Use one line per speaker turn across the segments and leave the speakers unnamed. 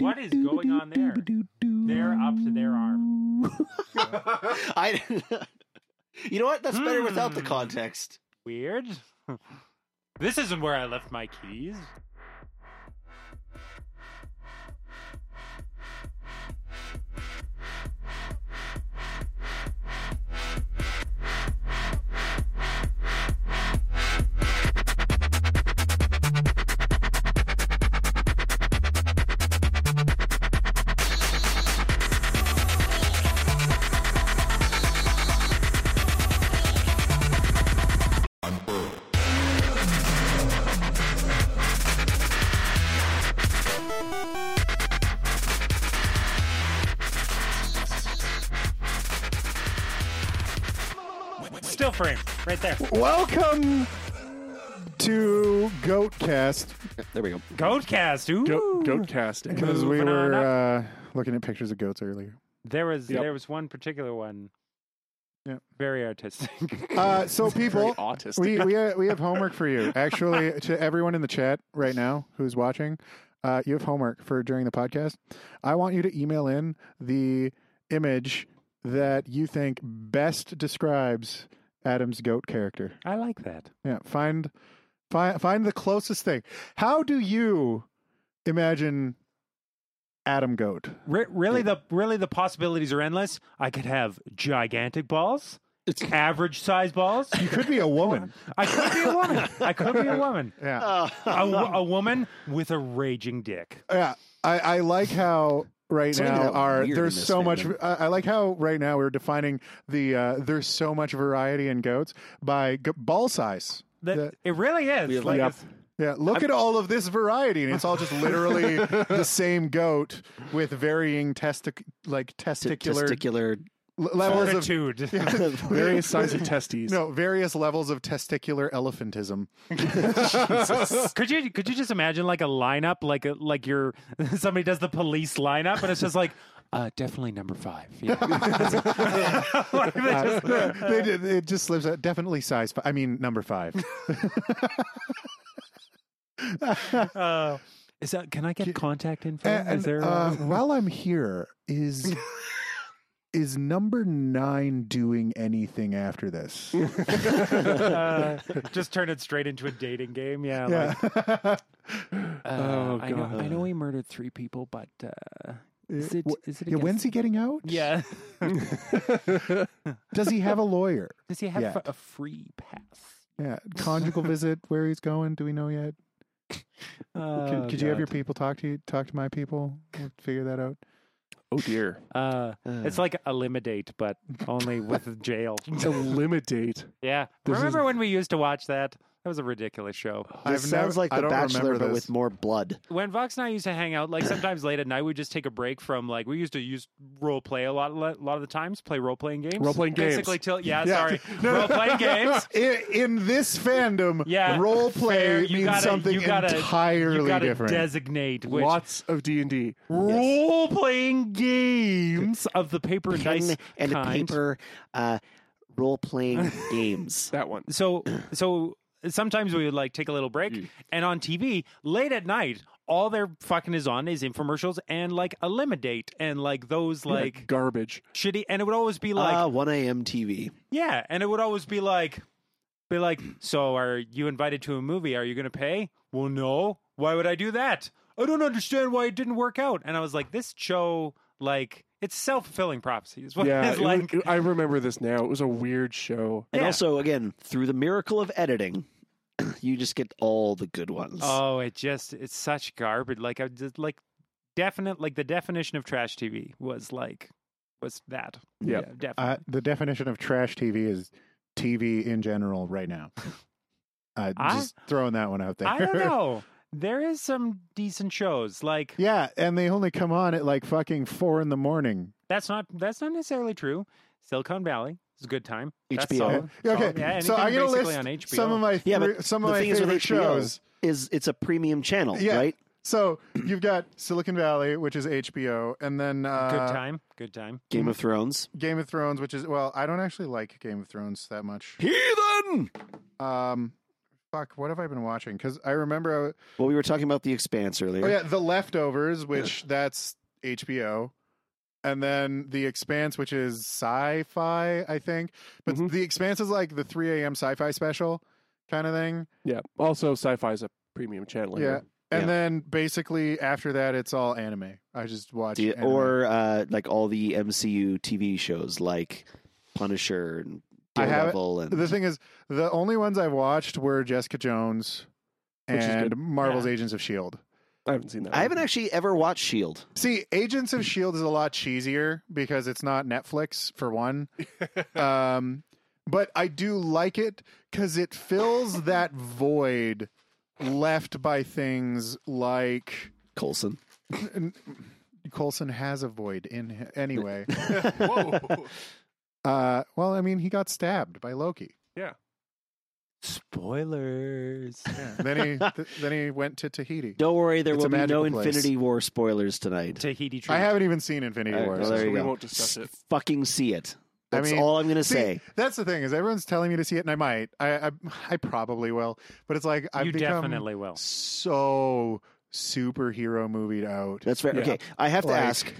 What is going on there? They're up to their arm.
I. you know what? That's better without the
Hmm.
context.
Weird. this isn't where I left my keys. Still frame, right there.
Welcome to Goatcast
There we go.
Goatcast. Ooh.
Goat, goatcast because we
Moving on
were
up.
uh, looking at pictures of goats earlier.
There was
Yep.
there was one particular one.
Yeah.
Very artistic.
Uh, so people,
autistic.
we we have, we have homework for you. Actually, to everyone in the chat right now who's watching, uh, you have homework for during the podcast. I want you to email in the image that you think best describes Adam's goat character.
I like that.
Yeah, find find find the closest thing. How do you imagine Adam Goat?
Re- really, the really the possibilities are endless. I could have gigantic balls, average size balls.
You could be a woman.
I could be a woman. I could be a woman.
Yeah,
Uh,
A, wo- a woman with a raging dick.
yeah. I, I like how right
Something
now
about
are
weird
there's
in this
so much.
fandom.
I, I like how right now we're defining the uh, there's so much variety in goats by g- ball size.
That,
That-
it really
We
is.
have
Like
like-
it's-
Yeah, look at all of this variety, and it's all just literally the same goat with varying testic like
t-
testicular,
testicular.
l- levels of
fortitude.
Various size of testes.
No, various levels of testicular elephantism.
could you could you just imagine like a lineup like a, like your somebody does the police lineup and it's just like uh definitely number five yeah Like, they
Uh,
just-
they did- it just slips out. Definitely size. Fi- I mean, number five.
uh, is that can I get contact info
And,
is there uh,
uh, while I'm here, is is number nine doing anything after this?
uh, just turn it straight into a dating game yeah,
yeah.
Like, uh,
Oh,
I know I
God.
know he murdered three people but uh, is it
Wh-
is it
yeah, when's he getting out?
yeah
Does he have a lawyer?
does he have
Yeah.
a free pass
Yeah. Conjugal visit. Where he's going? Do we know yet? Could,
Oh,
could you have your
God.
people talk to you? Talk to my people. We'll figure that out.
Oh dear.
uh, it's like eliminate but only with jail
Eliminate.
Yeah.
This is-
Remember when we used to watch that? That was a ridiculous show.
This
I've
sounds
never-
like
I
The
don't
Bachelor,
remember
but
this.
with more blood.
When Vox and I used to hang out, like sometimes late at night, we'd just take a break from like we used to use role play a lot, a lot of the times, play role playing games,
Role-playing games.
basically till yeah,
Yeah.
sorry,
No, no.
role playing games.
in, in this fandom,
Yeah,
role
Fair,
play
you
means
gotta-
something
you gotta,
entirely
you gotta
different.
Designate which
Lots of D and D.
role playing games of the paper
Pen
nice
and
kind.
paper uh, role playing games.
That one.
so so sometimes we would like take a little break
Mm.
and on tv late at night all their fucking is on is infomercials and like eliminate and like those like
garbage.
shitty and it would always be like
Ah,
Uh,
1 a.m. TV.
yeah and it would always be like be like so are you invited to a movie are you gonna pay well no why would i do that i don't understand why it didn't work out and i was like this show like it's self-fulfilling prophecy is what
Yeah.
it's
it was-
like
I remember this now. It was a weird show.
And
Yeah.
also, again, through the miracle of editing, you just get all the good ones.
Uh,
Oh, it just it's such garbage. Like I just like definite like the definition of trash TV was like was that.
Yeah.
definitely.
uh, the definition of trash TV is TV in general right now. Uh,
I-
just throwing that one out there.
I don't know. There is some decent shows. Like
yeah, and they only come on at like fucking four in the morning.
that's not that's not necessarily true. Silicon Valley is a good time. That's
HBO.
solid.
Uh, Okay,
Solid. Oh, Yeah,
so I'm
anything
gonna
basically
list
on HBO.
some of my
Yeah,
three-
but
some
the
of my
thing is with
favorite
HBO
shows.
is it's a premium channel,
Yeah.
right?
So you've got Silicon Valley, which is HBO, and then uh,
good time. Good time.
Game of Thrones.
Game of Thrones, which is well, I don't actually like Game of Thrones that much.
Heathen!
Um, Fuck, what have I been watching? Because I remember.
Well, we were talking about The Expanse earlier.
I, oh yeah, The Leftovers, which that's HBO, and then The Expanse, which is sci-fi, I think. But
Mhm.
The Expanse is like the 3 a.m. sci-fi special kind of thing.
Yeah. Also, sci-fi is a premium channel.
Yeah. And
Yeah.
then basically after that, it's all anime. I just watch
Do you-
anime.
or uh, like all the MCU TV shows like Punisher and
I have it.
Daredevil and
the thing is, the only ones I watched were Jessica Jones
Which is
and
good.
Marvel's Agents of Shield.
I haven't seen that.
I
one.
haven't actually ever watched Shield.
See, Agents of Shield E is a lot cheesier because it's not Netflix for one. um, but I do like it because it fills that void left by things like
Colson.
Colson has a void in hi- anyway.
Whoa.
uh, well, I mean, he got stabbed by Loki.
Spoilers.
Then he th- then he went to Tahiti.
Don't worry, there
It's a
will be no
magical place.
Infinity War spoilers tonight.
Tahiti
I
treat.
haven't even seen Infinity
All right,
War.
well,
so-
there
So
you
we
go.
won't discuss it.
S- Fucking see it.
I
That's
mean,
all I'm gonna
See,
say.
that's the thing is everyone's telling me to see it, and I might. I I, I probably will, but it's like I've
you
become
definitely will.
so superhero movied out.
That's fair.
Yeah.
Okay, I have to
Like-
ask: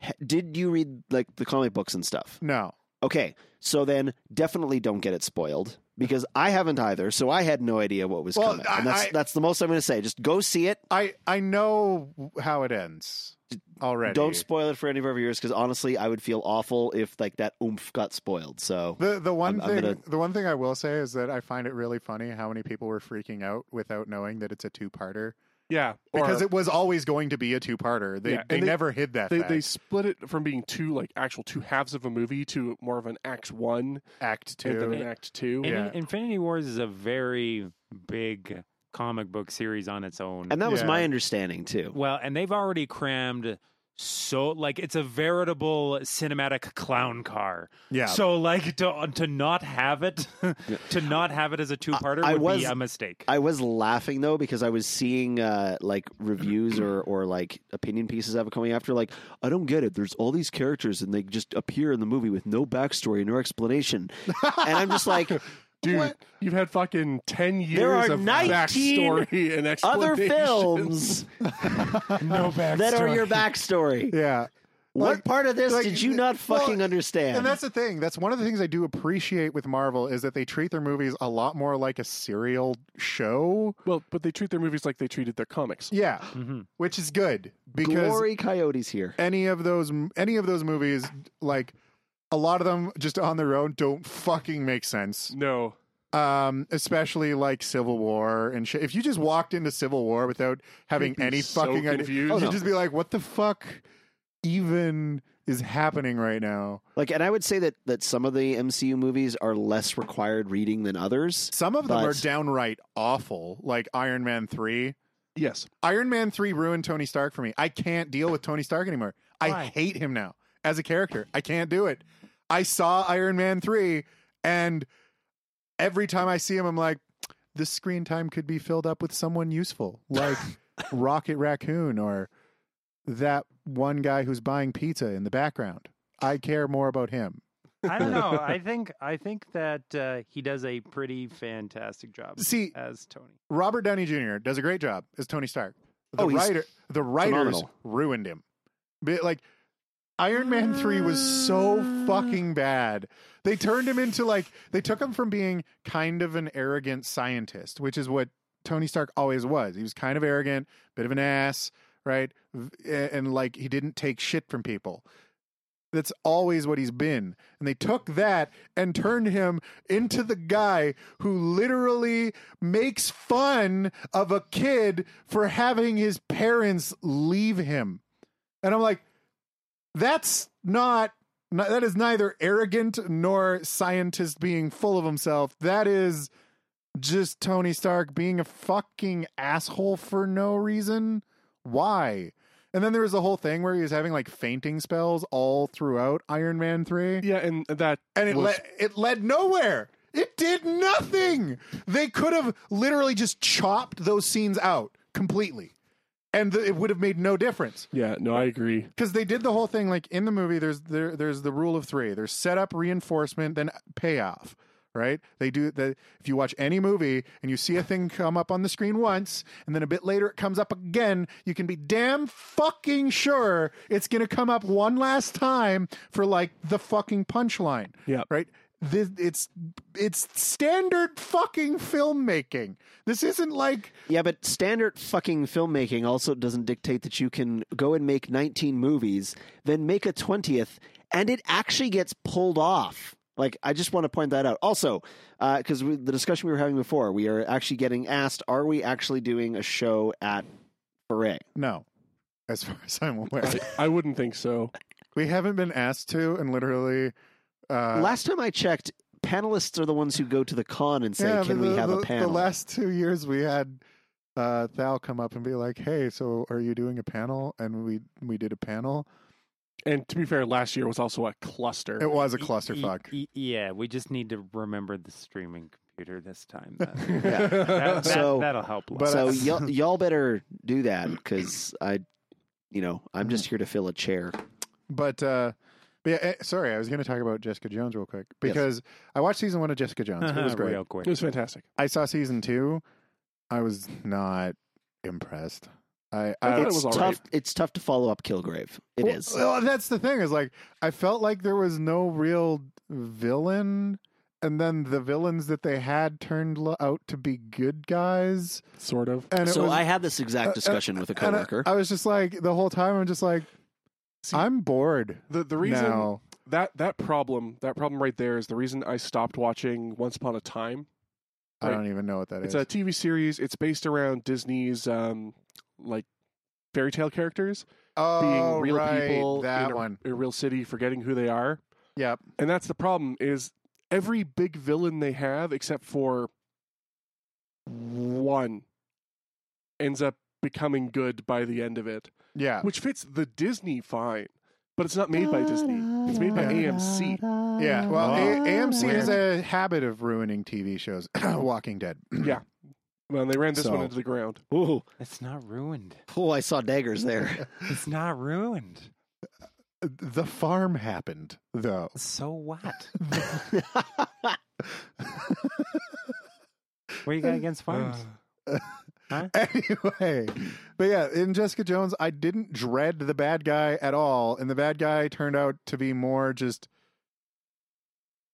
h- Did you read like the comic books and stuff?
No,
Okay, so then definitely don't get it spoiled because I haven't either. So I had no idea what was
Well,
coming. And that's
I- I-
that's the most I'm going to say. Just go see it.
I I know how it ends already.
Don't spoil it for any of our viewers because honestly, I would feel awful if like that oomph got spoiled. So
the the one
I'm- I'm
thing
gonna-
the one thing I will say is that I find it really funny how many people were freaking out without knowing that it's a two parter
Yeah.
because
or
it was always going to be a two parter. They
Yeah, and
they,
they-
never hid that.
they,
fact.
they split it from being two like actual two halves of a movie to more of an act one
act
and then an
two.
act two.
And
Yeah.
Infinity Wars is a very big comic book series on its own.
and that was
Yeah.
my understanding too.
well, and they've already crammed so like it's a veritable cinematic clown car.
Yeah.
So like to to not have it to not have it as a two parter would
I was-
be a mistake.
I was laughing though because I was seeing uh, like reviews or, or like opinion pieces of it coming after. Like, I don't get it. There's all these characters and they just appear in the movie with no backstory, no explanation, and I'm just like,
Dude,
What?
you've had fucking ten years
are
of
19
backstory and
other
explanations.
films
no backstory.
that are your backstory.
yeah. Like-
what part of this
like,
did you not
well,
fucking understand?
And that's the thing. That's one of the things I do appreciate with Marvel is that they treat their movies a lot more like a serial show.
Well, but they treat their movies like they treated their comics.
Yeah,
hmm
which is good because
Glory Coyotes here.
any of those any of those movies like a lot of them just on their own don't fucking make sense.
No.
Um especially like Civil War and shit. If you just walked into Civil War without having
You'd be
any
so
fucking idea,
confused.
you'd
Oh, no.
just be like what the fuck even is happening right now?
Like, and I would say that that some of the MCU movies are less required reading than others.
Some of them
But-
are downright awful, like Iron Man 3.
Yes.
Iron Man 3 ruined Tony Stark for me. I can't deal with Tony Stark anymore. I
Why?
hate him now as a character. I can't do it. I saw Iron Man 3 and every time I see him I'm like this screen time could be filled up with someone useful like Rocket Raccoon or that one guy who's buying pizza in the background. I care more about him.
I don't know. I think I think that uh, he does a pretty fantastic job
See,
as Tony.
Robert Downey Jr. does a great job as Tony Stark. The
Oh, he's
writer, the writers
phenomenal.
ruined him. But, like Iron Man three was so fucking bad. They turned him into like they took him from being kind of an arrogant scientist, which is what Tony Stark always was. He was kind of arrogant, bit of an ass, right? V- And like he didn't take shit from people. That's always what he's been. And they took that and turned him into the guy who literally makes fun of a kid for having his parents leave him. And I'm like, that's not, not that is neither arrogant nor scientist being full of himself. That is just Tony Stark being a fucking asshole for no reason. Why? And then there was the whole thing where he was having like fainting spells all throughout Iron Man 3
Yeah, and that
and it
was-
led it led nowhere. It did nothing. They could have literally just chopped those scenes out completely, and th- it would have made no difference
Yeah, no, I agree.
because they did the whole thing like in the movie. There's there, there's the rule of three. There's setup, reinforcement, then payoff. right? They do that. If you watch any movie and you see a thing come up on the screen once, and then a bit later it comes up again, you can be damn fucking sure it's going to come up one last time for like the fucking punchline.
Yep.
Right. This, it's it's standard fucking filmmaking. This isn't like
Yeah, but standard fucking filmmaking also doesn't dictate that you can go and make 19 movies, then make a 20th, and it actually gets pulled off. Like, I just want to point that out. Also, because we the discussion we were having before, we are actually getting asked, are we actually doing a show at Foray?
no. As far as I'm aware,
I, I wouldn't think so.
we haven't been asked to, and literally, uh,
Last time I checked, panelists are the ones who go to the con and say,
but
can we
the,
have
the,
a panel?
The last two years we had uh, Thal come up and be like, "Hey, so are you doing a panel?" And we we did a panel.
And to be fair, last year was also a cluster.
It was a
E-
clusterfuck.
e- e- yeah, we just need to remember the streaming computer this time. then.
Yeah.
that, that,
So-
that'll help.
But,
But,
so
uh,
y'all, y'all better do that because I, you know, I'm just here to fill a chair.
But uh, but yeah, eh, sorry, I was going to talk about Jessica Jones real quick
Yes.
because I watched season one of Jessica Jones. It was great.
Real
It
quick.
was fantastic.
I saw season two. I was not impressed. I,
I
I
thought it
it's
was all
tough.
right.
It's tough to follow up Kilgrave. It
Well,
is.
well, that's the thing is like I felt like there was no real villain, and then the villains that they had turned lo- out to be good guys,
Sort of.
and it
so
was,
I had this
uh, uh,
exact discussion with a
and I-
coworker.
I, was just like the whole time. I'm just like,
See,
I'm bored
The the reason
now.
that that problem that problem right there is the reason I stopped watching Once Upon a Time.
I don't even know what that
It's
is.
a TV series. It's based around Disney's um like fairy tale characters
oh,
being real
right,
people
That
in a,
one.
a real city, forgetting who they are.
Yep.
And that's the problem is every big villain they have except for one ends up becoming good by the end of it.
Yeah.
which fits the Disney fine, but it's not made by Disney. It's made by AMC.
Yeah. Well,
Oh.
a- AMC has
Weird.
a habit of ruining TV shows. Walking Dead.
Yeah. Well, they ran this
So-
one into the ground.
Ooh,
It's not ruined.
oh, I saw daggers there.
It's not ruined.
The Farm happened though.
So what? What do you got against farms?
anyway, but yeah, in Jessica Jones, I didn't dread the bad guy at all, and the bad guy turned out to be more just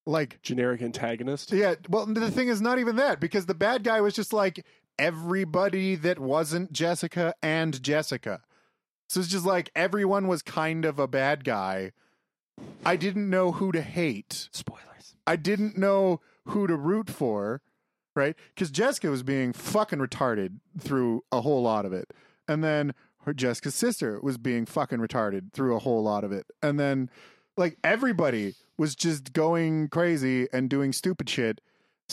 like
Generic antagonist.
yeah. Well, the thing is, not even that because the bad guy was just like everybody that wasn't Jessica and Jessica. So it's just like everyone was kind of a bad guy. I didn't know who to hate.
Spoilers.
I didn't know who to root for, right? Because Jessica was being fucking retarded through a whole lot of it, and then her Jessica's sister was being fucking retarded through a whole lot of it, and then like everybody was just going crazy and doing stupid shit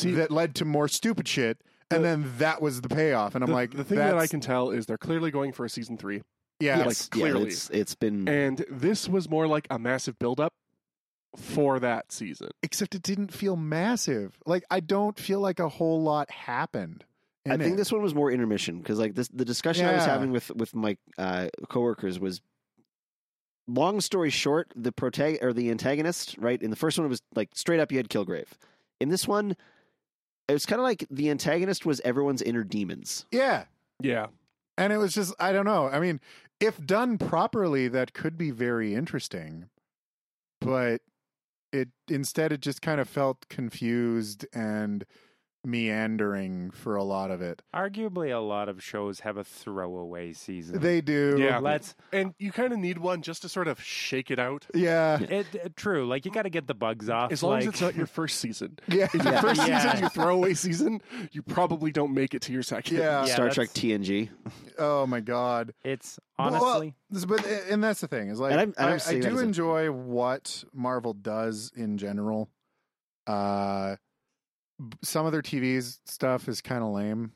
that led to more stupid shit, and then that was the payoff. And I'm
The,
like,
the thing that I
that's-
can tell is they're clearly going for a season three,
yeah,
like,
yeah,
clearly.
it's it's
Hmm.
been
and this was more like a massive buildup for that season.
except it didn't feel massive. Like I don't feel like a whole lot happened. in
I think
it.
this one was more intermission because like this the discussion I was
Yeah.
having with with my uh, coworkers was long story short the protag or the antagonist right in the first one it was like straight up you had Kilgrave in this one it was kind of like the antagonist was everyone's inner demons
yeah.
Yeah.
And it was just, I don't know. I mean, if done properly, that could be very interesting. But it instead, it just kind of felt confused and meandering for a lot of it.
Arguably, a lot of shows have a throwaway season.
They do.
Yeah.
Let's.
And you kind of need one just to sort of shake it out.
Yeah.
It, it- true. Like you got to get the bugs off.
As long as
like-
it's not your first season.
Yeah.
If your first
Yeah.
season, you throwaway season, you probably don't make it to your second.
Yeah,
Yeah.
Star
that's-
Trek TNG
Oh, my God.
It's
Well,
honestly.
This- But and that's the thing is like
And I'm- and I'm
I- I,
seeing that
do
as a-
enjoy what Marvel does in general. Uh, b- some of their TV's stuff is kind of lame,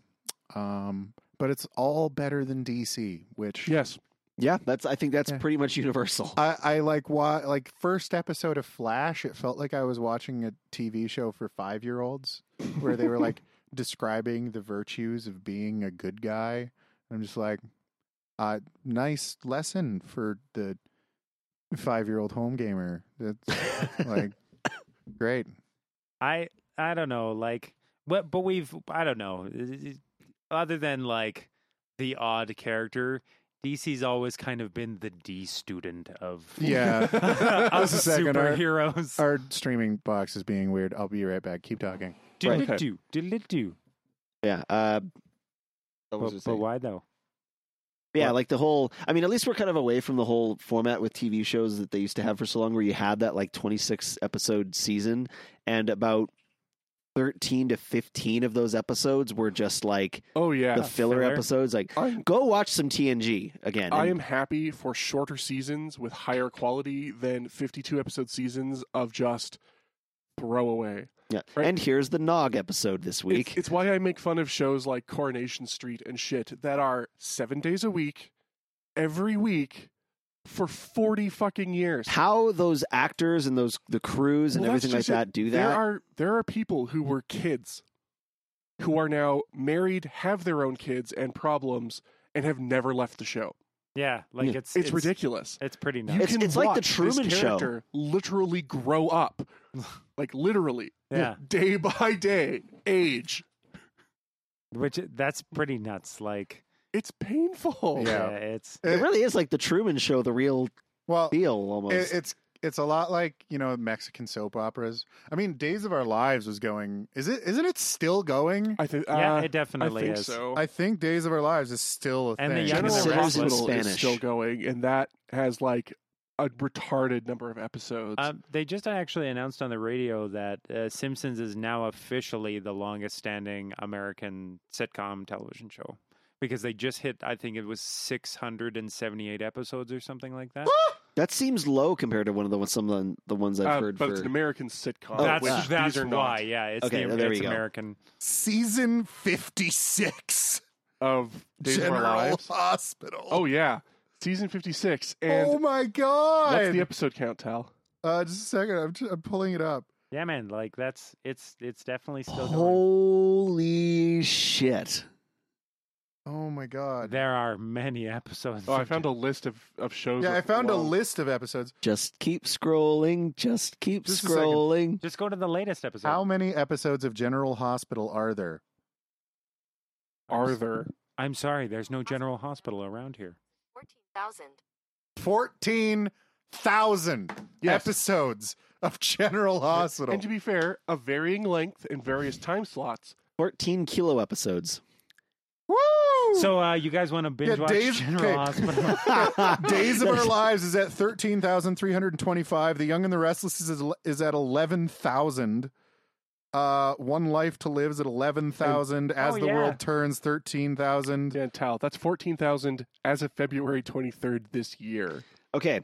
um, but it's all better than DC, which
Yes.
yeah that's I think that's
Yeah.
pretty much universal
I, I like. Wa- like first episode of Flash, it felt like I was watching a TV show for five year olds, where they were like describing the virtues of being a good guy. I'm just like, uh, nice lesson for the five year old home gamer. That's like great.
I I don't know, like what but we've I don't know. It- it- Other than like the odd character, DC's always kind of been the D student of
Yeah.
of
Just a second, uh, our-
superheroes.
Our streaming box is being weird. I'll be right back. Keep talking.
Diddle
Right.
do, diddle do.
Yeah. Uh,
But,
what was I
but
saying?
why though?
Yeah,
What?
like the whole. I mean, at least we're kind of away from the whole format with TV shows that they used to have for so long, where you had that like 26 episode season, and about 13 to 15 of those episodes were just like
Oh yeah,
the filler,
filler.
episodes. Like,
I'm
go watch some TNG again.
I
and-
am happy for shorter seasons with higher quality than 52 episode seasons of just throwaway.
yeah.
right.
And here's the Nog episode this week.
It's, it's why I make fun of shows like Coronation Street and shit that are seven days a week, every week, for 40 fucking years.
How those actors and those the crews and
Well, that's
everything like
just it.
that do
There
that.
are there are people who were kids who are now married, have their own kids and problems, and have never left the show.
Yeah, like
Yeah.
it's,
It's, ridiculous.
It's pretty
You
nuts.
It's-
can
it's like the
watch this
Truman Show.
character Literally grow up, like literally,
Yeah.
day by day, age.
Which that's pretty nuts. Like
It's painful.
Yeah.
it's
it
It-
really is like the Truman Show, the real
well,
deal almost.
it, it's it's a lot like you know Mexican soap operas. I mean, Days of Our Lives was going. Is it? Isn't it still going?
I think.
yeah,
uh,
it definitely
I think
is.
so.
I think Days of Our Lives is still a
And the
thing.
young
General
General
Hospital
Hospital in
is
Spanish.
still going, and that has like a retarded number of episodes.
Um, they just actually announced on the radio that uh, Simpsons is now officially the longest standing American sitcom television show because they just hit, I think it was 678 episodes or something like that.
that seems low compared to one of the some of the, the ones I've
Uh,
heard.
but
for,
it's an American sitcom.
Oh,
that's
which
wow.
that's
these are
why.
not
Yeah, it's,
Okay,
the,
there
it's
you go.
American.
season fifty six.
of Days of Our Lives.
Hospital.
Oh yeah, season fifty six. And
oh my god!
what's the episode count, Tal?
uh, just a second. I'm, tr- I'm pulling it up.
Yeah, man. Like that's it's it's definitely still going.
Holy shit!
Oh my god!
There are many episodes.
Oh, I found a list of, of shows.
yeah, I
with-
found a
well,
list of episodes.
Just keep scrolling. Just keep
Just a second.
scrolling.
Just go to the latest episode.
How many episodes of General Hospital are there?
Are there?
I'm sorry, there's no General Hospital around here.
14,000.
Fourteen thousand
Yes.
episodes of General Hospital.
And to be fair, of varying length and various time slots.
14 kilo episodes.
Woo!
So uh, you guys want to binge watch
Days-
General
okay.
Hospital?
Days of Our Lives is at 13,325. The Young and the Restless is, is at 11,000. Uh, One Life to Live is at 11,000. As
Oh,
the
yeah.
World Turns, 13,000.
Dan Tal, that's fourteen thousand as of February twenty third this year.
Okay.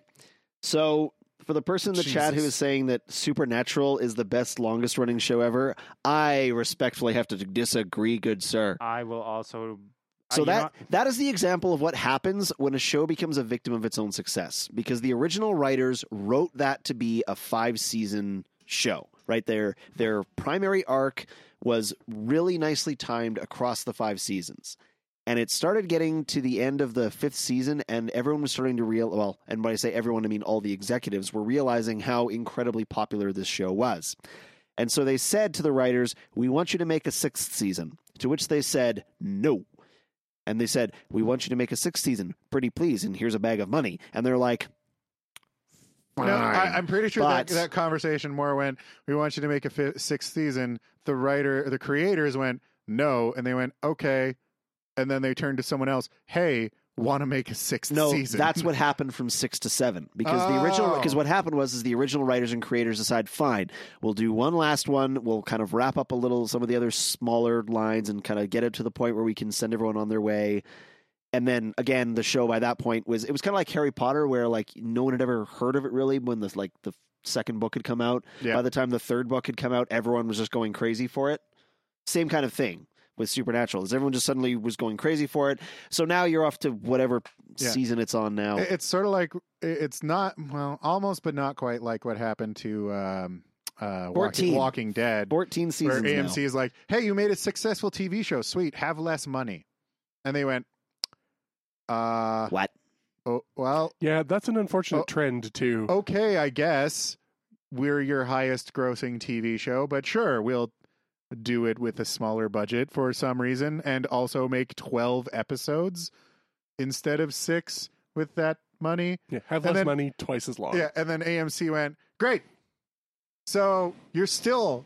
So, for the person in the chat who
Jesus.
is saying that Supernatural is the best, longest running show ever, I respectfully have to disagree, good sir.
I will also. uh,
So
you know-
that that is the example of what happens when a show becomes a victim of its own success because the original writers wrote that to be a 5 season show. Right their their primary arc was really nicely timed across the 5 seasons. And it started getting to the end of the 5th season and everyone was starting to real well, and when I say everyone I mean all the executives were realizing how incredibly popular this show was. And so they said to the writers, "We want you to make a 6th season." To which they said, "No." And they said, We want you to make a sixth season, pretty please, and here's a bag of money. And they're like,
No, I, I'm pretty sure that,
But-
that conversation more went, we want you to make a fi- sixth season. The writer, the creators went, no. And they went, okay. And then they turned to someone else, hey, want to make a sixth
No,
season.
that's what happened from six to seven. Because the original
Oh.
because what happened was is the original writers and creators decide, fine, we'll do one last one, we'll kind of wrap up a little some of the other smaller lines and kind of get it to the point where we can send everyone on their way. And then again, the show by that point was it was kind of like Harry Potter, where like no one had ever heard of it really when the like the second book had come out.
Yeah.
By the time the third book had come out, everyone was just going crazy for it. Same kind of thing with Supernatural. Is everyone just suddenly was going crazy for it? So now you're off to whatever
Yeah.
season it's on now.
It- It's sort of like it- it's not well, almost but not quite like what happened to um, uh, Walking,
14.
Walking Dead,
14
where
seasons. now.
AMC is like, "Hey, you made a successful TV show, sweet, have less money," and they went, "Uh,
What?
oh, well,
Yeah, that's an unfortunate
Oh.
trend too.
okay, I guess." we're your highest grossing TV show, but sure, we'll do it with a smaller budget for some reason and also make 12 episodes instead of six with that money.
Yeah, have
And
less
then-
money, twice as long.
Yeah. And then AMC went, great. So you're still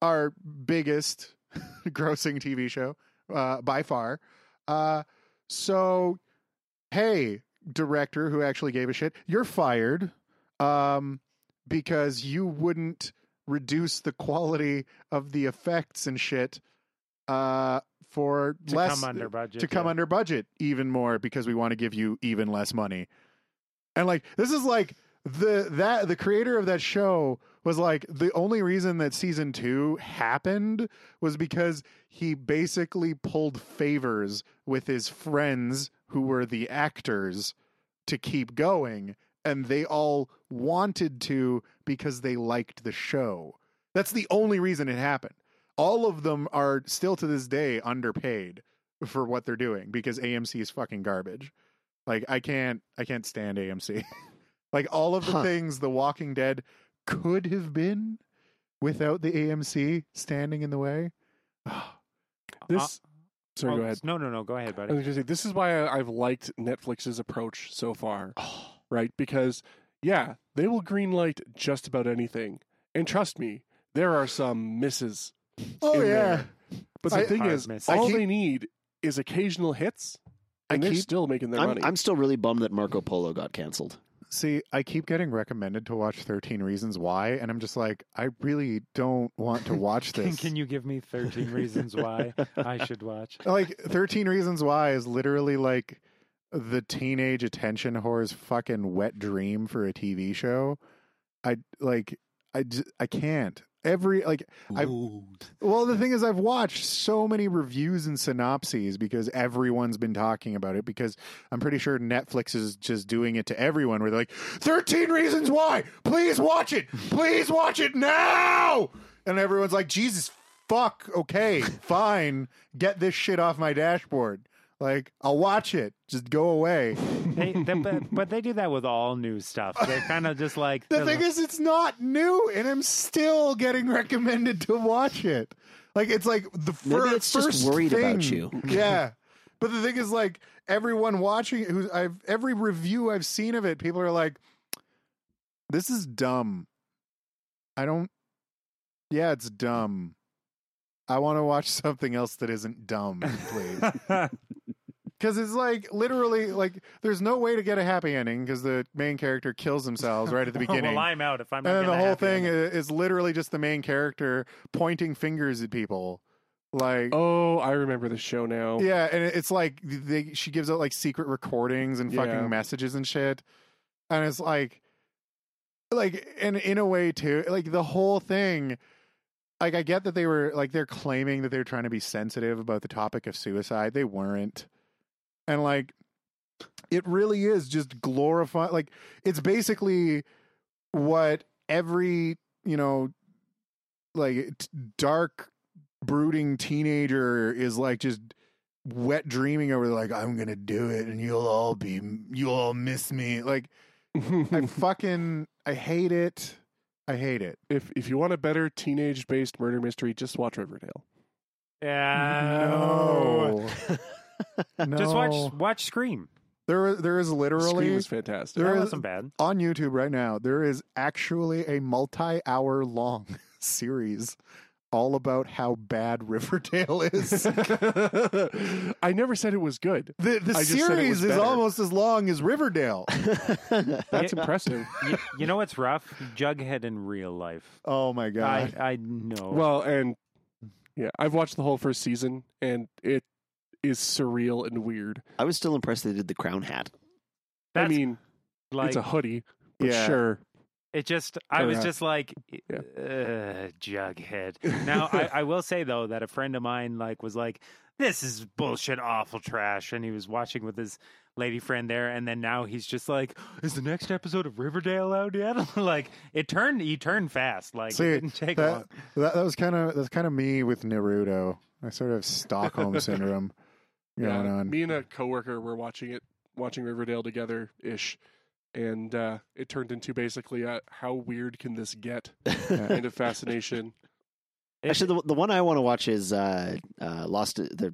our biggest grossing TV show uh, by far. Uh, so, hey, director who actually gave a shit, you're fired um, because you wouldn't reduce the quality of the effects and shit uh, for
to
less
come under budget.
to come
yeah.
under budget even more because we want to give you even less money. And like this is like the that the creator of that show was like the only reason that season 2 happened was because he basically pulled favors with his friends who were the actors to keep going and they all wanted to because they liked the show. That's the only reason it happened. All of them are still to this day underpaid for what they're doing because AMC is fucking garbage. Like I can't I can't stand AMC. like all of the
Huh.
things The Walking Dead could have been without the AMC standing in the way. uh,
This. sorry,
Oh,
go ahead.
No, no, no. Go ahead,
I
buddy.
was gonna say this is why I- I've liked Netflix's approach so far,
Oh.
right? Because yeah, they will greenlight just about anything, and trust me, there are some misses.
Oh
in
yeah.
there. But the
I-
thing
Hard
is,
misses.
all
I keep-
they need is occasional hits, and
I
they're
keep-
still making their
I'm,
money.
I'm still really bummed that Marco Polo got canceled.
See, I keep getting recommended to watch 13 Reasons Why and I'm just like I really don't want to watch
Can,
this.
can you give me 13 reasons why I should watch?
like 13 reasons why is literally like the teenage attention whore's fucking wet dream for a tv show i like i j- i can't every like I've- well the thing is i've watched so many reviews and synopses because everyone's been talking about it because i'm pretty sure netflix is just doing it to everyone where they're like 13 reasons why please watch it please watch it now and everyone's like jesus fuck okay fine get this shit off my dashboard like i'll watch it just go away
They, they, but, but they do that with all new stuff. They're kind of just like
the
they're
thing
like,
is it's not new and i'm still getting recommended to watch it like it's like the fir-
Maybe it's just
first
worried about
thing.
you.
yeah but the thing is like everyone watching who's i've every review i've seen of it people are like this is dumb i don't yeah it's dumb i want to watch something else that isn't dumb please because it's like literally like there's no way to get a happy ending because the main character kills themselves right at the beginning
Oh, well, I'm out if I'm. not
and then the
getting a
whole
happy
thing
ending.
is, is literally just the main character pointing fingers at people like
oh, I remember the show now.
yeah and it- it's like they, she gives out like secret recordings and
Yeah.
fucking messages and shit and it's like like and in a way too like the whole thing like i get that they were like they're claiming that they're trying to be sensitive about the topic of suicide they weren't and like it really is just glorify like it's basically what every you know like t- dark brooding teenager is like just wet dreaming over like i'm gonna do it and you'll all be you'll all miss me like i fucking i hate it i hate it
if if you want a better teenage based murder mystery, just watch Riverdale.
Yeah.
no. no
Just watch watch Scream.
there there is
Scream
literally
was fantastic.
There
That
is-
wasn't bad.
on youtube right now there is actually a multi-hour long series all about how bad riverdale is
I never said it was good.
The, the
I just said it
series
was
is
better.
almost as long as Riverdale.
That's
Yeah.
impressive.
You, you know what's rough? Jughead in real life.
Oh my god!
I I know.
Well, and yeah, I've watched the whole first season, and it is surreal and weird.
I was still impressed they did the crown hat.
That's
I mean,
like
it's a hoodie, but sure.
it just. I
Or
was
not.
just like,
Yeah.
uh, Jughead. Now I, I will say though that a friend of mine like was like, this is bullshit, awful trash, and he was watching with his lady friend there, and then now he's just like, is the next episode of Riverdale out yet? like it turned. He turned fast. Like
See,
it didn't take
that-
long.
That, that was kind of that's kind of me with Naruto. I sort of have Stockholm syndrome going
Yeah,
on.
Me and a coworker were watching it, watching Riverdale together ish, and uh, it turned into basically a how weird can this get
Yeah.
kind of fascination.
It-
Actually, the, the one I want to watch is uh, uh, Lost. The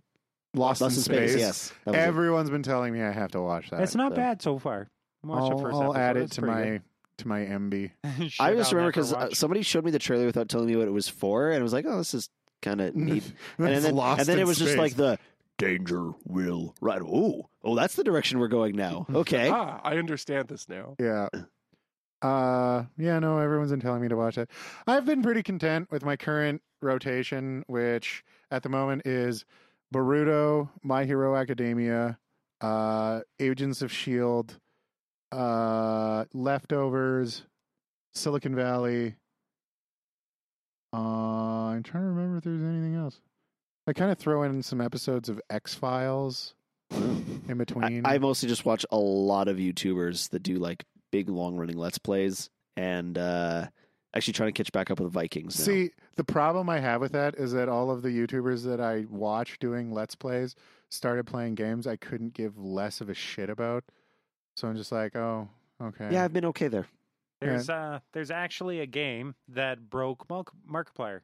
Lost,
Lost in Space.
Space.
Yes, that was it.
Everyone's been telling me I have to watch that.
it's not
so-
bad so far. Watch the
I'll,
first
I'll
episode,
add it
it's
to
pretty
my
good.
to my MB.
Shit
I just
on
remember
that for
because uh,
watch.
somebody showed me the trailer without telling me what it was for, and I was like, "Oh, this is kind of neat." and
It's
then,
Lost
and then
in
it was just
Space.
like the danger will right. Oh, oh, that's the direction we're going now. Okay,
ah, I understand this now.
Yeah. Uh yeah, no, everyone's been telling me to watch it. I've been pretty content with my current rotation, which at the moment is Boruto, My Hero Academia, uh Agents of Shield, uh Leftovers, Silicon Valley. Uh I'm trying to remember if there's anything else. I kind of throw in some episodes of X Files in
I,
between.
I mostly just watch a lot of YouTubers that do like big, long running Let's Plays, and uh, actually trying to catch back up with Vikings. Now.
See, the problem I have with that is that all of the YouTubers that I watch doing Let's Plays started playing games I couldn't give less of a shit about. So I'm just like, oh, okay.
yeah, I've been okay there.
There's uh, there's actually a game that broke Mark- Markiplier.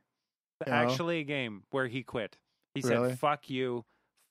Oh.
Actually, a game where he quit. He
Really?
said, "Fuck you,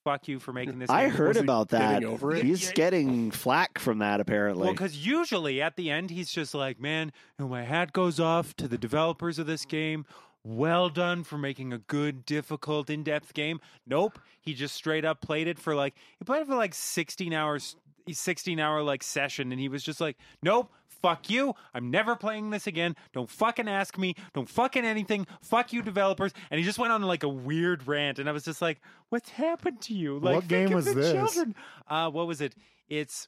fuck you for making this."
I
game."
heard
Was he
about that.
getting over it?
He's
Yeah.
getting flack from that apparently.
Well, because usually at the end, he's just like, man, you know, my hat goes off to the developers of this game. Well done for making a good, difficult, in depth game. Nope. He just straight up played it for like, he played it for like 16 hours, 16 hour like session. And he was just like, nope, fuck you. I'm never playing this again. Don't fucking ask me. Don't fucking anything. Fuck you, developers. And he just went on like a weird rant. And I was just like, what's happened to you? Like,
What
think
game
of
was
the
this?
Children. Uh, what was it? It's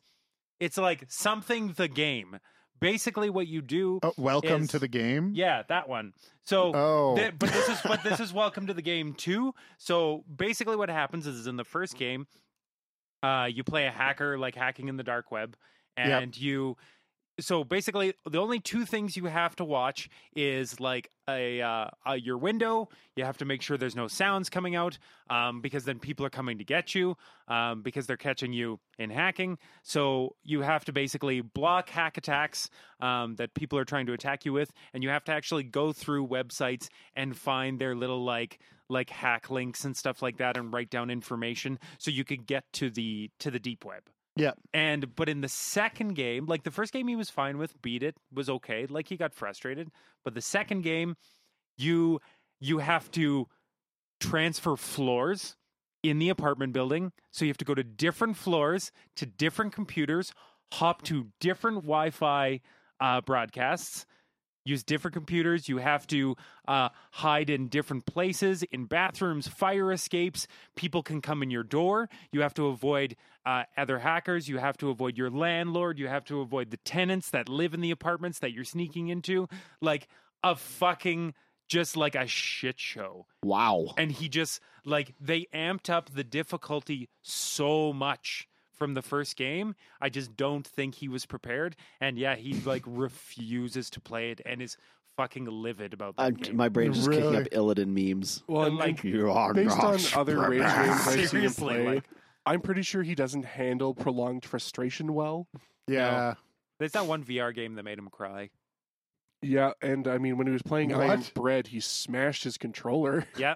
it's like something the game. Basically, what you do.
Oh, welcome
Is-
to the game.
Yeah, that one. So,
Oh.
thi- but this is but this is welcome to the game too. So basically, what happens is, in the first game, uh, you play a hacker like hacking in the dark web,
Yep.
and you. So basically, the only two things you have to watch is like a, uh, uh your window. You have to make sure there's no sounds coming out, um, because then people are coming to get you, um, because they're catching you in hacking. So you have to basically block hack attacks um, that people are trying to attack you with, and you have to actually go through websites and find their little like like hack links and stuff like that, and write down information so you could get to the to the deep web.
Yep.
And but in the second game, like the first game, he was fine with, beat it, was okay. Like he got frustrated, but the second game, you you have to transfer floors in the apartment building. So you have to go to different floors, to different computers, hop to different Wi Fi uh, broadcasts, use different computers. You have to uh, hide in different places, in bathrooms, fire escapes. People can come in your door. You have to avoid uh, other hackers. You have to avoid your landlord. You have to avoid the tenants that live in the apartments that you're sneaking into. Like a fucking, just like a shit show
wow.
and he just like they amped up the difficulty so much from the first game i just don't think he was prepared and yeah he like refuses to play it and is fucking livid about that
I'm,
game.
my brain's just kicking
Really?
up Illidan memes.
Well, and-
like-
and
You are
based on
not
other rage games I've seen him
Seriously,
play,
like-
I'm pretty sure he doesn't handle prolonged frustration well.
Yeah.
there's that one vr game that made him cry
Yeah, and I mean when he was playing I Am
What?
Bread, he smashed his controller.
yeah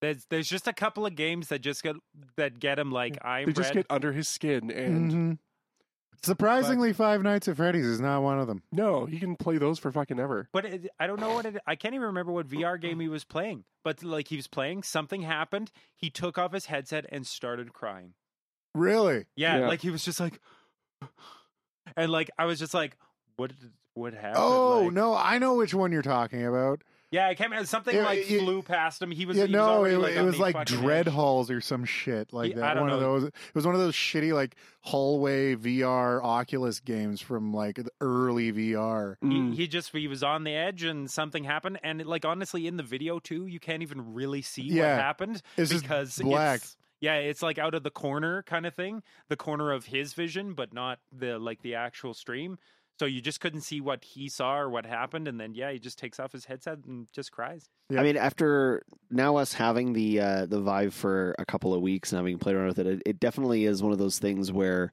there's there's just a couple of games that just get that get him like i'm
they just
red.
get under his skin, and
Mm-hmm.
hmm Surprisingly, Five Nights at Freddy's is not one of them.
no, he can play those for fucking ever.
But it, I don't know what it. I can't even remember what VR game he was playing. But like he was playing, something happened. He took off his headset and started crying.
Really?
Yeah,
Yeah.
like he was just like, and like I was just like, what what happened?
Oh
Like-
no, I know which one you're talking about.
Yeah, I can't. remember. Something
It-
like
it-
flew past him. He was,
yeah,
he was
no,
already,
it,
like,
it
on
was
the
like
fucking
Dread
edge.
Halls or some shit like
Yeah, I
that.
don't
One of
know.
those. It was one of those shitty like hallway VR Oculus games from like the early VR.
He,
Mm.
he just he was on the edge and something happened and like honestly in the video too you can't even really see
Yeah.
what happened
It's just
because
black.
it's- yeah it's like out of the corner kind of thing the corner of his vision but not the like the actual stream so you just couldn't see what he saw or what happened and then yeah he just takes off his headset and just cries
Yeah.
I mean, after now us having the uh, the Vive for a couple of weeks and having played around with it, it, it definitely is one of those things where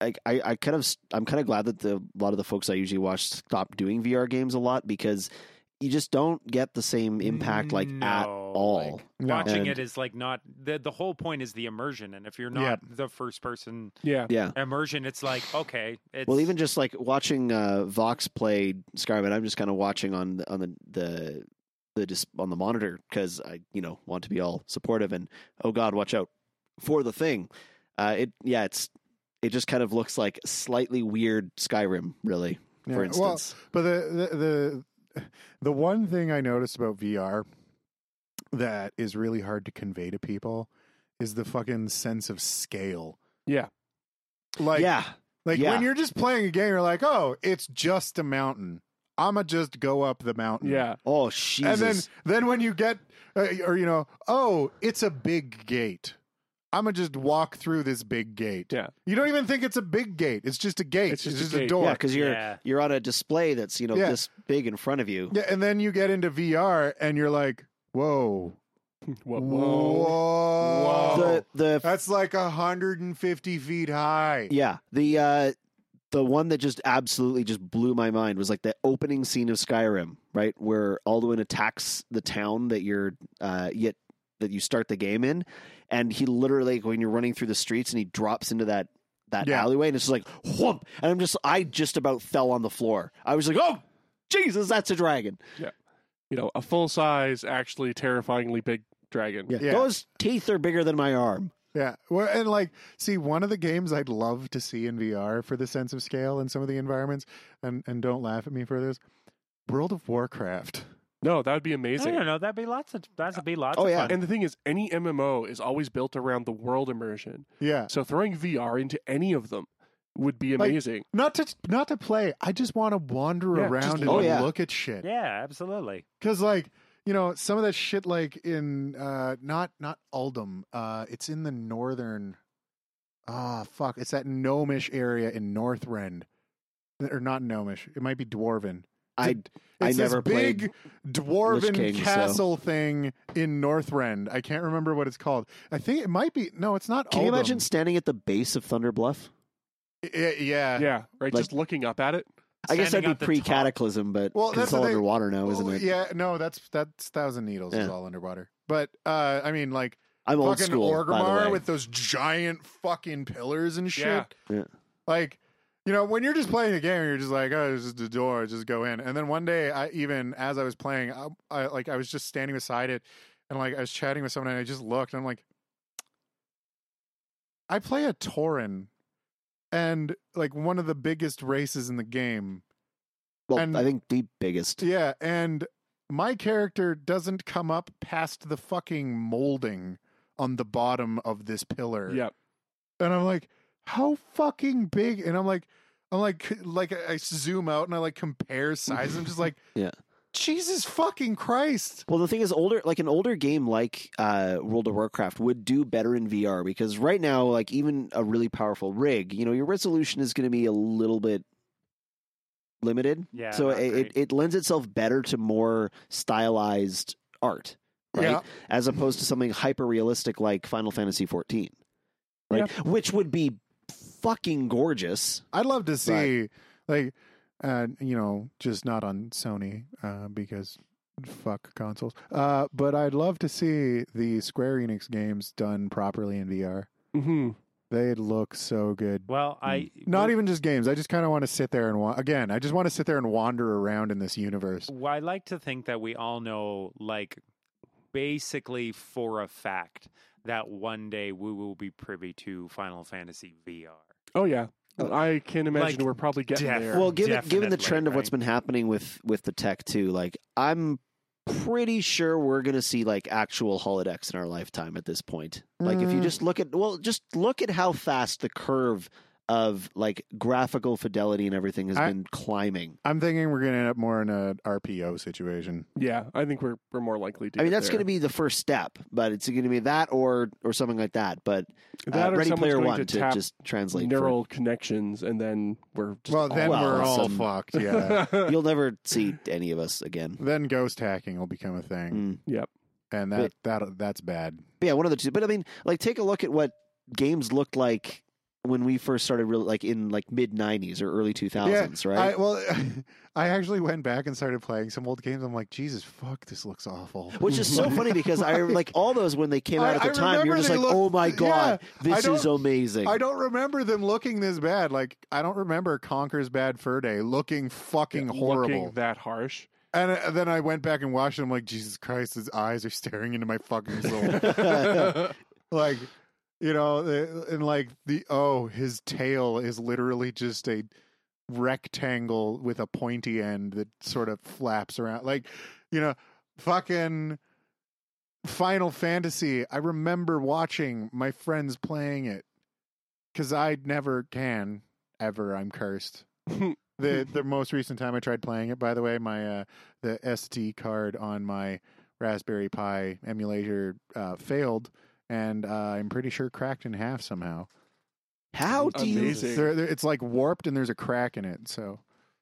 like I, I kind of s- I'm kind of glad that the a lot of the folks I usually watch stopped doing VR games a lot because you just don't get the same impact like at
No,
all.
like, Watching
And-
it is like not the the whole point is the immersion, and if you're not
Yeah.
the first person
Yeah.
yeah.
immersion, it's like okay, it's
Well, even just like watching uh, Vox play Skyrim, I'm just kind of watching on the, on the the the dis- on the monitor because I you know want to be all supportive and oh god, watch out for the thing. Uh, it yeah, it's it just kind of looks like slightly weird Skyrim, really.
Yeah,
For
well,
instance,
But the, the the the one thing I noticed about VR that is really hard to convey to people is the fucking sense of scale.
Yeah.
Like
yeah,
like
yeah.
when you're just playing a game, you're like, oh, it's just a mountain. I'ma just go up the mountain.
Yeah.
oh Jesus,
And then then when you get uh, or you know, oh, it's a big gate. I'ma just walk through this big gate.
Yeah.
You don't even think it's a big gate. It's just a gate.
It's just
It's,
a
just,
gate.
a door.
yeah, because you're
Yeah.
you're on a display that's you know
Yeah.
this big in front of you.
Yeah, and then you get into VR and you're like, whoa,
Whoa.
whoa,
The the
that's like 150 feet high.
Yeah, the uh, the one that just absolutely just blew my mind was like the opening scene of Skyrim, right, where Alduin attacks the town that you're uh, yet that you start the game in, and he literally when you're running through the streets and he drops into that that
Yeah.
alleyway and it's just like whoomp, and I'm just I just about fell on the floor. I was like, oh Jesus, that's a dragon.
You know, a full size, actually terrifyingly big dragon.
Yeah,
Yeah.
those teeth are bigger than my arm.
Yeah, well, and like, see, one of the games I'd love to see in VR for the sense of scale in some of the environments, and and don't laugh at me for this. World of Warcraft.
No, that would be
I
amazing.
don't know. That'd be lots of that'd be lots.
Oh,
of
yeah.
fun.
And the thing is, any MMO is always built around the world immersion.
Yeah,
So throwing VR into any of them would be
Like,
amazing.
not to not to play. I just want to wander
Yeah,
around
just
and
look. Oh, yeah.
look at shit.
yeah, absolutely.
Because like you know some of that shit like in uh not not Uldum, uh it's in the northern. Ah fuck! It's that gnomish area in Northrend, or not gnomish. It might be dwarven.
I
It's a-
I
it's
never
this
played.
big
Lich
dwarven
King, so-
castle thing in Northrend. I can't remember what it's called. I think it might be no, it's not.
Can you
Uldum.
imagine standing at the base of Thunder Bluff?
I- yeah.
yeah, right.
uh, like-
just looking up at it.
I guess
Standing
that'd
at
be
the
pre
top.
cataclysm, but
Well,
'cause
that's
it's
the
all
thing.
underwater now, Oh, isn't
Well,
it?
Oh, Yeah, no, that's that's Thousand Needles is
Yeah.
all underwater. But uh I mean, like
I'm old
fucking
school, by the
Orgrimmar
way.
with those giant fucking pillars and shit.
Yeah.
Yeah.
Like, you know, when you're just playing a game, you're just like, oh, this is the door, just go in. And then one day, I even as I was playing, I, I like I was just standing beside it, and like I was chatting with someone, and I just looked, and I'm like, I play a Tauren, and like one of the biggest races in the game.
well,
and-
I think the biggest.
Yeah, and my character doesn't come up past the fucking molding on the bottom of this
Er.
pillar
Yeah.
and I'm like, how fucking big? And I'm like, I'm like, like I zoom out and I like compare sizes. I'm just like,
Yeah.
Jesus fucking Christ.
Well, the thing is, older like an older game like uh, World of Warcraft would do better in VR because right now, like even a really powerful rig, you know, your resolution is going to be a little bit limited.
Yeah,
so
not
it, it
great.
it lends itself better to more stylized art, right?
Yeah.
As opposed to something hyper realistic like Final Fantasy XIV, right? Which would be fucking gorgeous.
I'd love to see, like, uh, you know, just not on Sony uh, because fuck consoles. Uh, but I'd love to see the Square Enix games done properly in VR.
Mm-hmm.
They'd look so good.
Hmm.
Well, I
Not
we-
even just games. I just kind of want to sit there and wa- again. I just want to sit there and wander around in this universe.
Well, I like to think that we all know, like, basically for a fact that one day we will be privy to Final Fantasy VR.
Oh yeah.
Oh.
I can imagine
Like,
we're probably getting
death.
there.
Well, given given
Definitely,
the trend of what's
right?
been happening with with the tech too, like I'm pretty sure we're going to see like actual holodecks in our lifetime at this point. Like if you
Mm.
just look at well, just look at how fast the curve of like graphical fidelity and everything has
I-
been climbing.
I'm thinking we're gonna end up more in a RPO situation.
yeah, I think we're we're more likely to.
I mean,
get
that's going to
there.
be the first step, but it's going to be that or or something like that. But uh,
that or
Ready
someone's
Player
going
One to,
to, tap
just translate. for-
neural connections, and then we're just
well, then
all
we're all
awesome.
fucked. Yeah.
you'll never see any of us again.
then ghost hacking will become a thing,
Mm.
and that that that's bad.
But yeah, one of the two. But I mean, like, take a look at what games looked like when we first started, really like in like mid '90s or early 2000s, right?
I, well, I actually went back and started playing some old games. I'm like, Jesus, fuck, this looks awful.
Which is so funny because I like all those when they came out
I-
at the
I
time, you're
remember
just
they
like,
looked-
"Oh my god,
yeah, I
this is
don't-
amazing!"
I don't remember them looking this bad. Like, I don't remember Conker's Bad Fur Day looking fucking horrible.
Looking that harsh.
And, uh, then I went back and watched him like Jesus Christ, his eyes are staring into my fucking soul. like, you know, the- and like the oh, his tail is literally just a rectangle with a pointy end that sort of flaps around. Like, you know, fucking Final Fantasy. I remember watching my friends playing it because I never can ever. I'm cursed. the The most recent time I tried playing it, by the way, my uh, the SD card on my Raspberry Pi emulator uh, failed, and uh, I'm pretty sure cracked in half somehow.
How do you?
Amazing.
There, there, it's like warped, and there's a crack in it. So,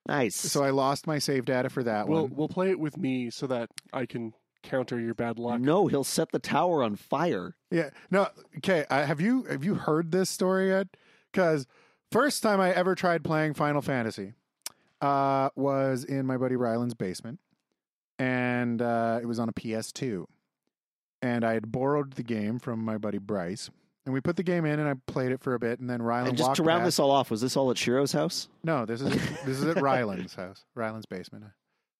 Nice.
so I lost my save data for that
We'll
one.
we'll play it with me so that I can counter your bad luck.
no, he'll set the tower on fire.
Yeah. No. Okay. I, have you have you heard this story yet? Because first time I ever tried playing Final Fantasy uh, was in my buddy Ryland's basement, and uh, it was on a PS2, and I had borrowed the game from my buddy Bryce, and we put the game in, and I played it for a bit, and then Ryland
and just
walked
to round
past-
this all off, was this all at Shiro's house?
No, this is this is at Ryland's house, Ryland's basement.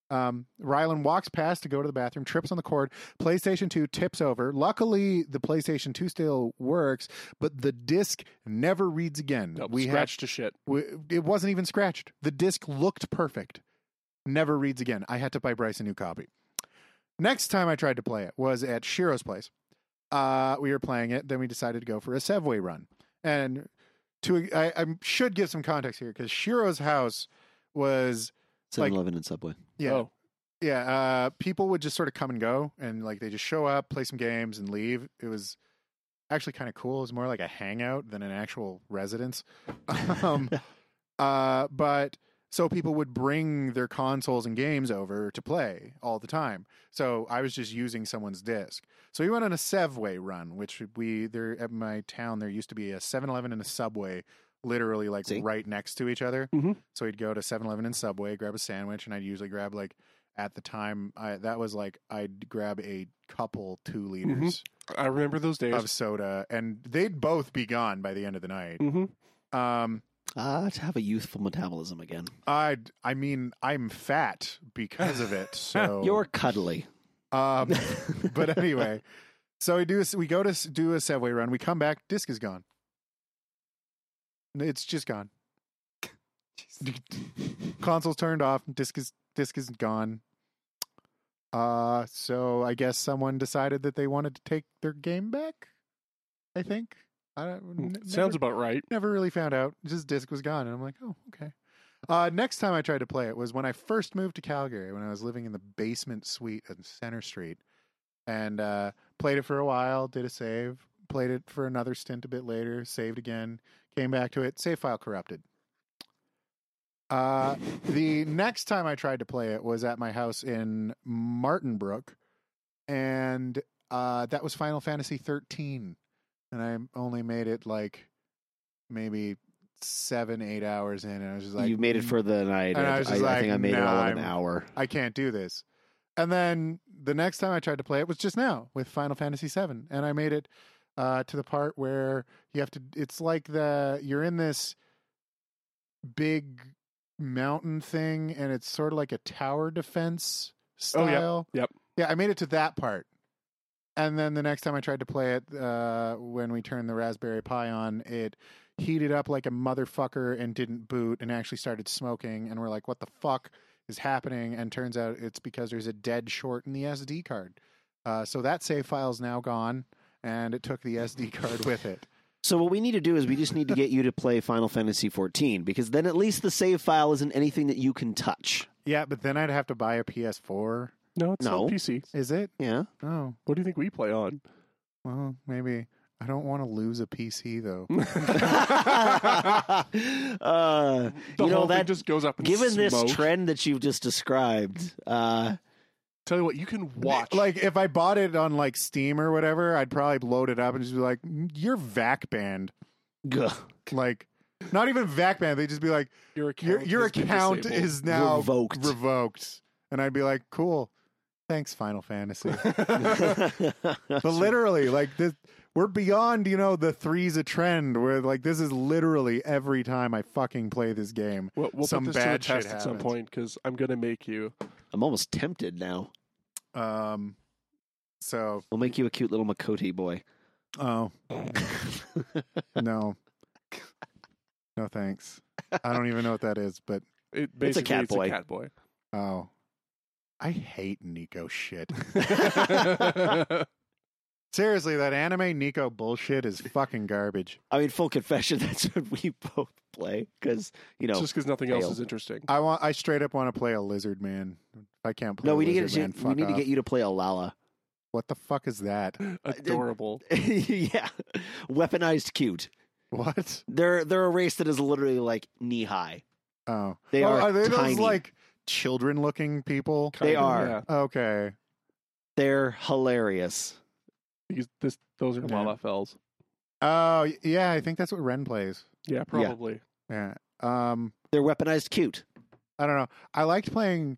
Um, Ryland walks past to go to the bathroom, trips on the cord. PlayStation 2 tips over. Luckily, the PlayStation 2 still works, but the disc never reads again.
Nope,
we had,
scratch to shit.
we, it wasn't even scratched. The disc looked perfect. Never reads again. I had to buy Bryce a new copy. Next time I tried to play it was at Shiro's place. Uh, we were playing it. Then we decided to go for a Segway run. And to I, I should give some context here because Shiro's house was
7 Eleven and Subway.
yeah
Oh,
yeah uh, people would just sort of come and go and like they just show up, play some games, and leave. It was actually kind of cool. It was more like a hangout than an actual residence. Um, uh, but so people would bring their consoles and games over to play all the time. So I was just using someone's disc. So we went on a Sevway run, which we there at my town there used to be a 7-Eleven and a Subway literally like
See?
right next to each other.
Mhm.
So we'd go to 7-Eleven and Subway, grab a sandwich, and I'd usually grab like at the time I that was like I'd grab a couple 2 liters
I remember those days.
of soda, and they'd both be gone by the end of the night.
hmm
Um,
Ah, to have a youthful metabolism again.
I I mean I'm fat because of it. So
You're cuddly.
um, but anyway, so we do a- we go to s- do a subway run. We come back, disc is gone. It's just gone. Console's turned off. Disc is disc is gone. Uh, so I guess someone decided that they wanted to take their game back. I think. I don't, n-
Mm, Sounds
never-
about right.
never really found out. Just disc was gone, and I'm like, oh, okay. Uh, next time I tried to play it was when I first moved to Calgary, when I was living in the basement suite on Center Street, and uh, played it for a while, did a save, played it for another stint a bit later, saved again, came back to it, save file corrupted. Uh, the next time I tried to play it was at my house in Martinbrook, and uh, that was Final Fantasy 13, and I only made it like maybe seven, eight hours in, and I was just like, mm.
you made it further than I did.
And I
I,
was just
I
like,
think I made it
"No,
all in an
I'm-
hour.
I can't do this. And then the next time I tried to play it was just now with Final Fantasy VII, and I made it uh, to the part where you have to. It's like the you're in this big mountain thing, and it's sort of like a tower defense
Oh, yep.
style.
Yep.
Yeah, I made it to that part. And then the next time I tried to play it, uh, when we turned the Raspberry Pi on, it heated up like a motherfucker and didn't boot and actually started smoking. And we're like, what the fuck is happening? And turns out it's because there's a dead short in the SD card. Uh, so that save file's now gone, and it took the SD card with it.
So what we need to do is we just need to get you to play Final Fantasy 14 because then at least the save file isn't anything that you can touch.
Yeah, but then I'd have to buy a PS4.
No, it's
No.
on PC.
Is it?
Yeah.
Oh,
What do you think we play on?
well, maybe. I don't want to lose a PC though.
uh,
The
you know
whole thing
that
just goes up. And
Uh, given
smoke.
this trend that you've just described, uh,
tell you what, you can watch.
Like if I "Mm, bought it on like Steam or whatever, I'd probably load it up and just be like, "You're vac banned."
Gah.
Like, not even vac ban. They just be like,
Your
your your
has been
account
disabled.
is now
Revoked.
revoked. and I'd be like, cool, thanks, Final Fantasy. but
but
literally, like this, we're beyond you know the three's a trend. Where like this is literally every time I fucking play this game.
We'll, we'll
some
put this to a
bad shit
test at some
happens.
point because I'm gonna make you.
I'm almost tempted now.
Um, so
We'll make you a cute little Makoti boy.
oh no, no thanks. I don't even know what that is, but
It
It's a
basically
cat boy.
cat boy.
oh, I hate Nico shit. Seriously, that anime Nico bullshit is fucking garbage.
I mean, full confession, that's what we both play because you know.
Just because nothing else
Fail.
is interesting.
I want. I straight up want to play a lizard man. If I can't play.
no,
a
we need to
lizard
get you,
man,
we need
fuck
to
off.
get you to play a Lala.
What the fuck is that?
Uh,
Adorable.
yeah, weaponized cute.
What?
They're they're a race that is literally like knee high.
Oh,
They
oh,
are,
are they
tiny.
those like children-looking people?
They
Kinda,
are.
yeah.
Okay,
They're hilarious.
These, this, those are
Yeah.
Lala Fells.
Oh y- yeah, I think that's what Ren plays.
Yeah, probably.
Yeah. Um,
They're weaponized cute.
I don't know. I liked playing.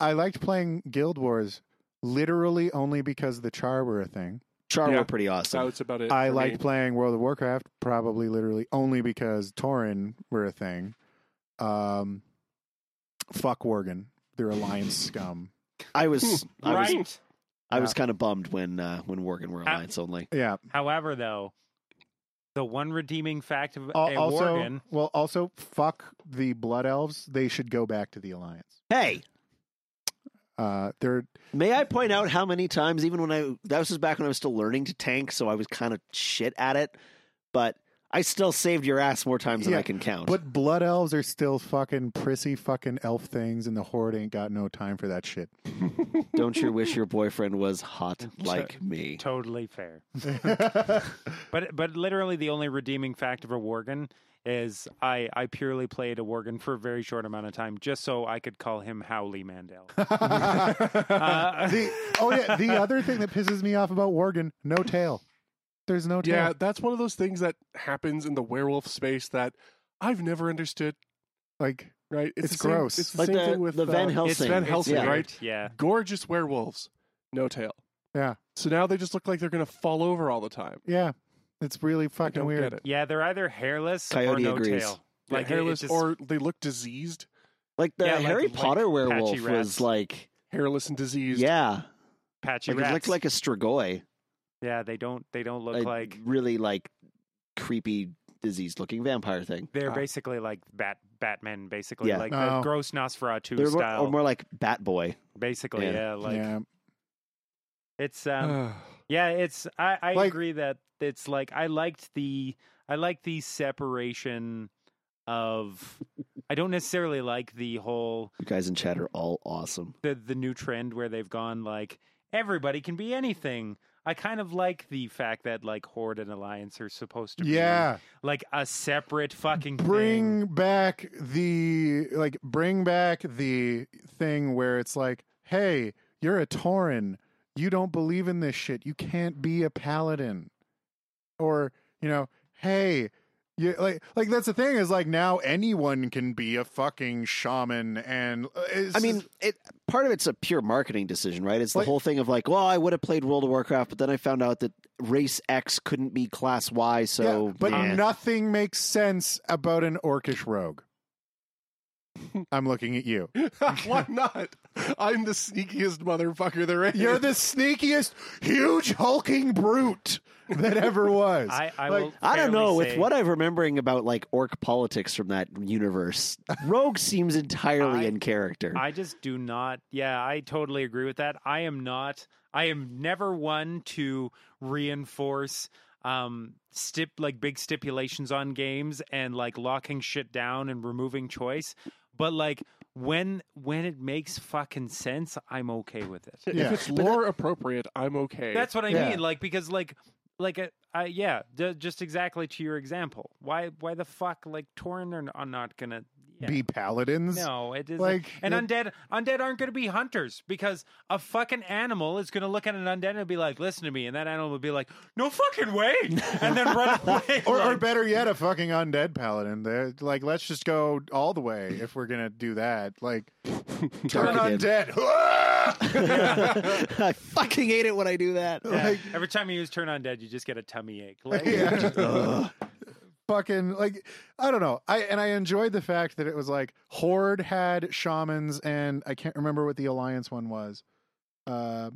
I liked playing Guild Wars literally only because the char were a thing.
Char
Yeah.
were pretty awesome.
That's about it.
I
for
liked
me.
playing World of Warcraft probably literally only because Torin were a thing. Um, fuck Worgen, their alliance scum.
I was I was
Right.
I was kind of bummed when uh, when Worgen were
Uh,
alliance only.
Yeah.
However, though, the one redeeming fact of
Al-
a
also,
Worgen,
well, also fuck the Blood Elves. They should go back to the alliance.
Hey,
Uh, they're
may I point out how many times, even when I that was just back when I was still learning to tank, so I was kind of shit at it, but I still saved your ass more times than
Yeah,
I can count.
But blood elves are still fucking prissy fucking elf things, and the horde ain't got no time for that shit.
Don't you wish your boyfriend was hot like me?
totally fair.
yeah,
But but literally, the only redeeming fact of a Worgen is I I purely played a Worgen for a very short amount of time, just so I could call him Howley Mandel. Uh,
the, oh yeah, the other thing that pisses me off about Worgen, no tail. There's no
Yeah,
tail.
that's one of those things that happens in the werewolf space that I've never understood.
Like
Right?
It's
the same-
gross.
it's the
Like
same
the-
thing with
the Van
uh,
Helsing.
It's Van Helsing,
yeah.
right?
Yeah.
Gorgeous werewolves, no tail.
Yeah.
So now they just look like they're gonna fall over all the time.
yeah, it's really
I
fucking
don't
weird.
get it.
Yeah, they're either hairless
Coyote
or no
agrees.
tail.
Like
it- it
hairless,
just-
or they look diseased,
Like the
Yeah, like-
Harry
like
Potter
patchy
werewolf was
rats.
like,
hairless and diseased.
yeah,
patchy
like it
rats.
looked like a strigoi,
yeah, they don't they don't look
a
like
really like creepy diseased looking vampire thing.
they're
Ah.
basically like Bat Batman, basically
uh, Yeah.
like
Oh.
the gross Nosferatu
They're more,
style,
or more like Bat Boy.
basically.
Yeah.
Yeah, like
yeah,
it's um Yeah, it's I, I
Like-
agree that it's like I liked the I like the separation of I don't necessarily like the whole
You guys in chat are all awesome.
the the new trend where they've gone like everybody can be anything. I kind of like the fact that like Horde and Alliance are supposed to be
yeah.
like a separate fucking
Bring
thing.
back the like, bring back the thing where it's like, hey, you're a Tauren. You don't believe in this shit. You can't be a paladin. Or, you know, hey, you like like that's the thing is like now anyone can be a fucking shaman and uh, it's
I mean, it part of it's a pure marketing decision, right? It's the
Like-
whole thing of like, well, I would have played World of Warcraft, but then I found out that race X couldn't be class Y, so
yeah, but
eh.
nothing makes sense about an orcish rogue. I'm looking at you.
Why not? I'm the sneakiest motherfucker there is.
You're the sneakiest, huge, hulking brute that ever was.
I, I
Like,
will
I
fairly
don't know.
say
With what I'm remembering about like orc politics from that universe, Rogue seems entirely
I-
in character.
I just do not. Yeah, I totally agree with that. I am not. I am never one to reinforce um stip like big stipulations on games and like locking shit down and removing choice. But like when when it makes fucking sense, I'm okay with it.
If
Yeah.
it's lore appropriate, I'm okay.
That's what I
Yeah.
mean. Like because like like uh, I yeah, d- just exactly to your example. Why why the fuck like Torin are, n- are not gonna yeah.
be paladins.
No, it isn't.
Like,
and
it-
undead, undead aren't going to be hunters because a fucking animal is going to look at an undead and be like, "Listen to me," and that animal will be like, "No fucking way," and then run away.
Or, or
Like,
better yet, a fucking undead paladin. They're like, let's just go all the way if we're gonna do that. Like, turn
Dark
undead.
I fucking hate it when I do that.
yeah, every time you use turn undead, you just get a tummy ache. Like,
Yeah. fucking like I don't know. I and I enjoyed the fact that it was like Horde had shamans and I can't remember what the alliance one was. Uh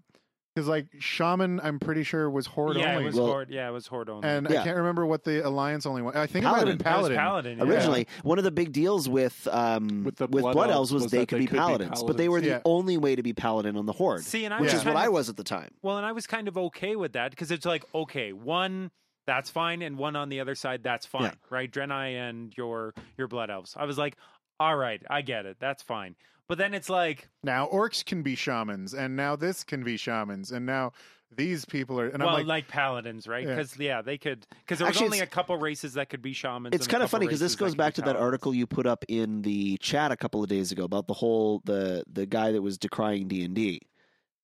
because like shaman I'm pretty sure was Horde
yeah,
only.
it was
Well-
horde. Yeah, it was horde only.
and
Yeah.
I can't remember what the alliance only one. I think it might
That
have
was
been Paladin.
paladin. yeah.
Originally, one of the big deals with um, with,
With the
blood,
Blood
elves
Elves
was,
was
they
that
could
they
be
could be
paladins, but they were the
paladins.
only way to be paladin on the horde,
See, and I
which
was
is what
kind
I
of-
was at the time.
Well, and I was kind of okay with that because it's like, okay, one that's fine, and one on the other side that's fine,
Yeah.
right? Drenai and your your blood elves. I was like, all right, I get it, that's fine. But then it's like,
Now orcs can be shamans, and now this can be shamans, and now these people are. And
well,
I'm
like,
like,
paladins, right?
Yeah.
Because yeah. they could. Because there was
Actually,
only a
it's-
couple races that could be shamans.
It's kind of funny because this goes back to that article you put up in the chat a couple of days ago about the whole the the guy that was decrying D and D.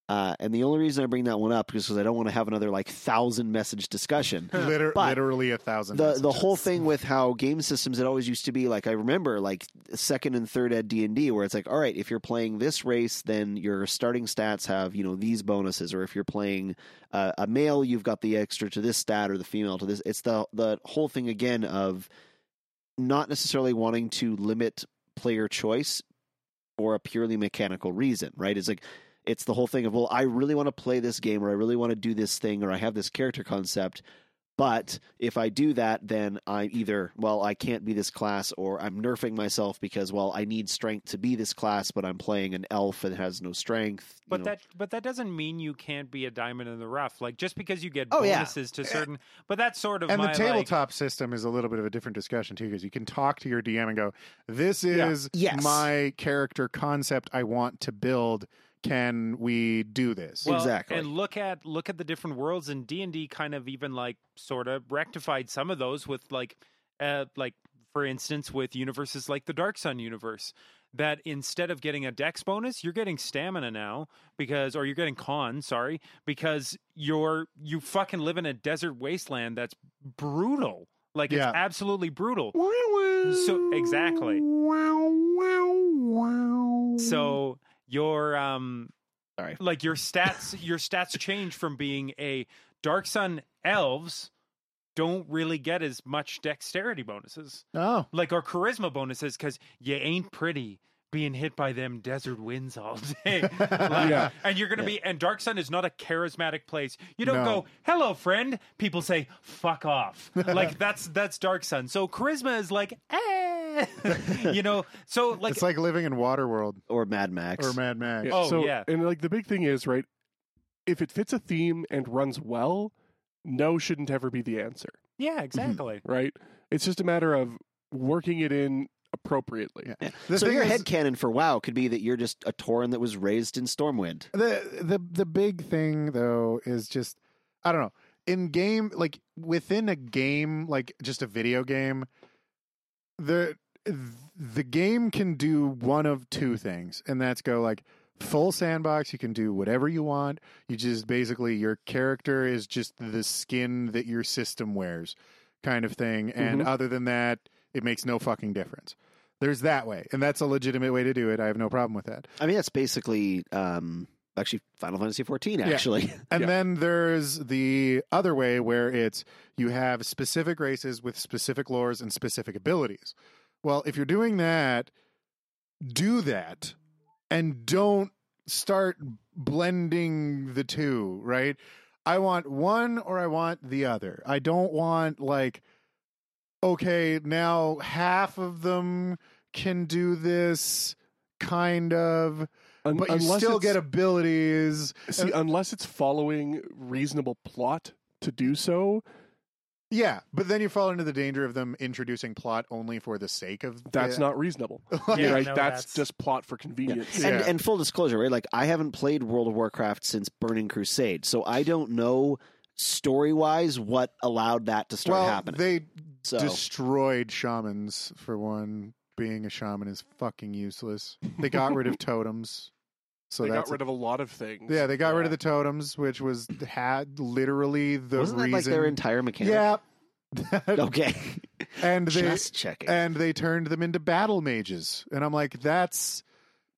Uh, and the only reason I bring that one up is because I don't want to have another like thousand message discussion.
liter-
but
literally a thousand.
the the
messages.
whole thing with how game systems it always used to be like I remember like second and third ed D and D where it's like all right if you're playing this race then your starting stats have you know these bonuses or if you're playing uh, a male you've got the extra to this stat or the female to this it's the the whole thing again of not necessarily wanting to limit player choice for a purely mechanical reason right it's like it's the whole thing of well I really want to play this game or I really want to do this thing or I have this character concept but if I do that, then I'm either, well, I can't be this class, or I'm nerfing myself because, well, I need strength to be this class, but I'm playing an elf that has no strength. you
But
know.
that, but that doesn't mean you can't be a diamond in the rough. Like just because you get
Oh, yeah.
bonuses to certain, but that's sort of
and
my,
the
like-
tabletop system is a little bit of a different discussion too, because you can talk to your DM and go, "This is
Yes.
my character concept I want to build. Can we do this?"
Well,
Exactly.
And look at look at the different worlds and D and D kind of even like sort of rectified some of those with like uh like for instance with universes like the Dark Sun universe that instead of getting a dex bonus you're getting stamina now because or you're getting con sorry because you're you fucking live in a desert wasteland that's brutal like
Yeah.
it's absolutely brutal so exactly
Mm-hmm.
so your um
Sorry.
like your stats your stats change from being a dark sun elves don't really get as much dexterity bonuses
oh,
like our charisma bonuses because you ain't pretty being hit by them desert winds all day Like,
Yeah.
and you're gonna
Yeah.
be and dark sun is not a charismatic place you don't
No.
go hello friend people say fuck off like that's that's dark sun so charisma is like eh. you know so like
it's like living in Waterworld
or Mad Max.
or Mad Max.
Oh,
so,
yeah.
And like the big thing is, right, if it fits a theme and runs well, no shouldn't ever be the answer,
yeah exactly
right? It's just a matter of working it in appropriately.
Yeah. The
so
thing
your
is-
head headcanon for WoW could be that you're just a Tauren that was raised in Stormwind.
the the the big thing though is just I don't know in game like within a game like just a video game the the game can do one of two things and that's go like full sandbox you can do whatever you want you just basically your character is just the skin that your system wears kind of thing and other than that it makes no fucking difference there's that way and that's a legitimate way to do it i have no problem with that
I mean, that's basically um, actually Final Fantasy XIV,
Yeah.
actually.
And
Yeah.
then there's the other way where it's you have specific races with specific lores and specific abilities. Well, if you're doing that, do that and don't start blending the two, right? I want one or I want the other. I don't want like okay, now half of them can do this kind of
Un-
but you still
it's-
get abilities
see, unless it's following reasonable plot to do so.
Yeah, but then you fall into the danger of them introducing plot only for the sake of
That's
the-
not reasonable.
Like,
Yeah,
right?
no,
that's,
that's-
just plot for convenience.
Yeah.
And, and full disclosure, right? Like I haven't played World of Warcraft since Burning Crusade, so I don't know story wise what allowed that to start
well,
happening.
they
so
destroyed shamans for one being a shaman is fucking useless. They got rid of totems. So
they
that's
got rid of a lot lot of things.
yeah, they got rid of the totems, which was had literally the
Wasn't
reason.
that like their entire mechanic?
yeah,
Okay.
and they
Just checking.
and they turned them into battle mages, and I'm like, that's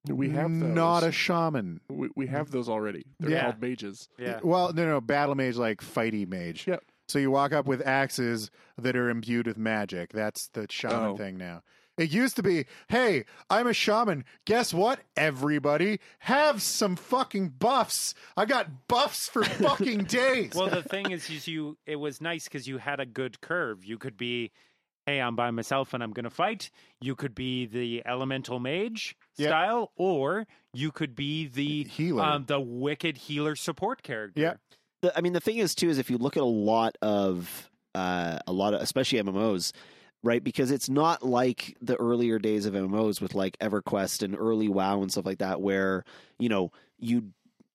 We have those.
not a shaman.
We, we have those already. They're
Yeah.
called mages.
Yeah.
Well, no, no, battle mage like fighty mage.
Yep.
So you walk up with axes that are imbued with magic. That's the shaman
Oh.
thing now. It used to be, hey, I'm a shaman. Guess what? Everybody have some fucking buffs. I got buffs for fucking days.
Well, the thing is, is you it was nice because you had a good curve. You could be, hey, I'm by myself and I'm going to fight. You could be the elemental mage
Yeah.
style, or you could be the
Healer.
um, the wicked healer support character.
Yeah.
the, I mean, the thing is too is if you look at a lot of uh, a lot of especially MMOs, right? Because it's not like the earlier days of MMOs with like EverQuest and early WoW and stuff like that, where you know you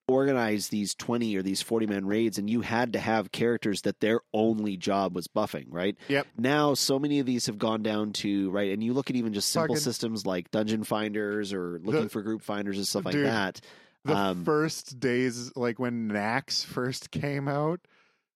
organize these 20 or these 40 man raids and you had to have characters that their only job was buffing right
Yep.
now so many of these have gone down to right and you look at even just simple
Fucking-
systems like dungeon finders or looking
The-
for group finders and stuff like
Dude,
that
the
um,
first days, like when Nax first came out,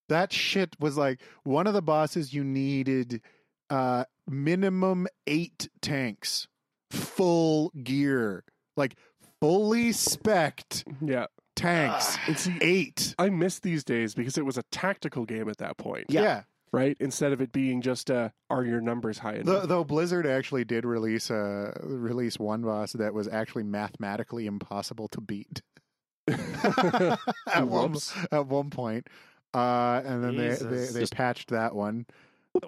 that shit was like one of the bosses you needed uh minimum eight tanks, full gear, like fully spec'd
Yeah.
tanks.
Ah,
And see,
eight.
I miss these days because it was a tactical game at that point,
Yeah.
yeah.
right? Instead of it being just uh, are your numbers high enough?
Though, though Blizzard actually did release a release one boss that was actually mathematically impossible to beat at, one,
Whoops.
at one point, uh, and then they, they
Jesus.
they patched that one.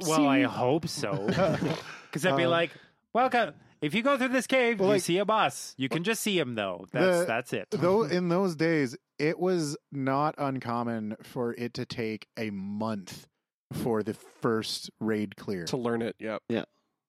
Well, I hope so, because I'd be
Um,
like, welcome. If you go through this cave,
Well,
you
like-
see a boss. You can just see him though. That's
The-
that's it.
Though in those days, it was not uncommon for it to take a month for the first raid clear,
to learn it, yep.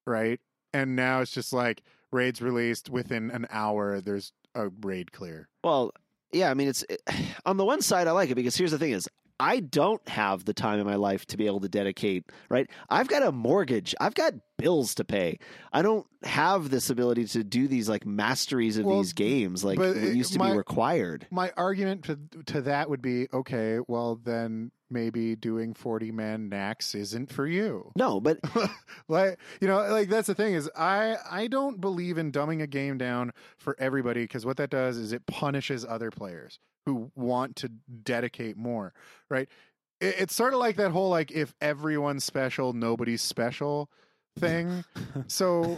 right? And now it's just like raids released within an hour. There's a raid clear.
Well, yeah, I mean, it's it, on the one side I like it because here's the thing: is I don't have the time in my life to be able to dedicate. Right, I've got a mortgage, I've got bills to pay. I don't have this ability to do these like masteries of
Well,
these games like
but
it
it-
used to
my-
be required.
My argument to to that would be okay. Well, then maybe doing forty man nax isn't for you.
No, but
like you know like that's the thing is i i don't believe in dumbing a game down for everybody because what that does is it punishes other players who want to dedicate more right it, it's sort of like that whole like if everyone's special nobody's special thing so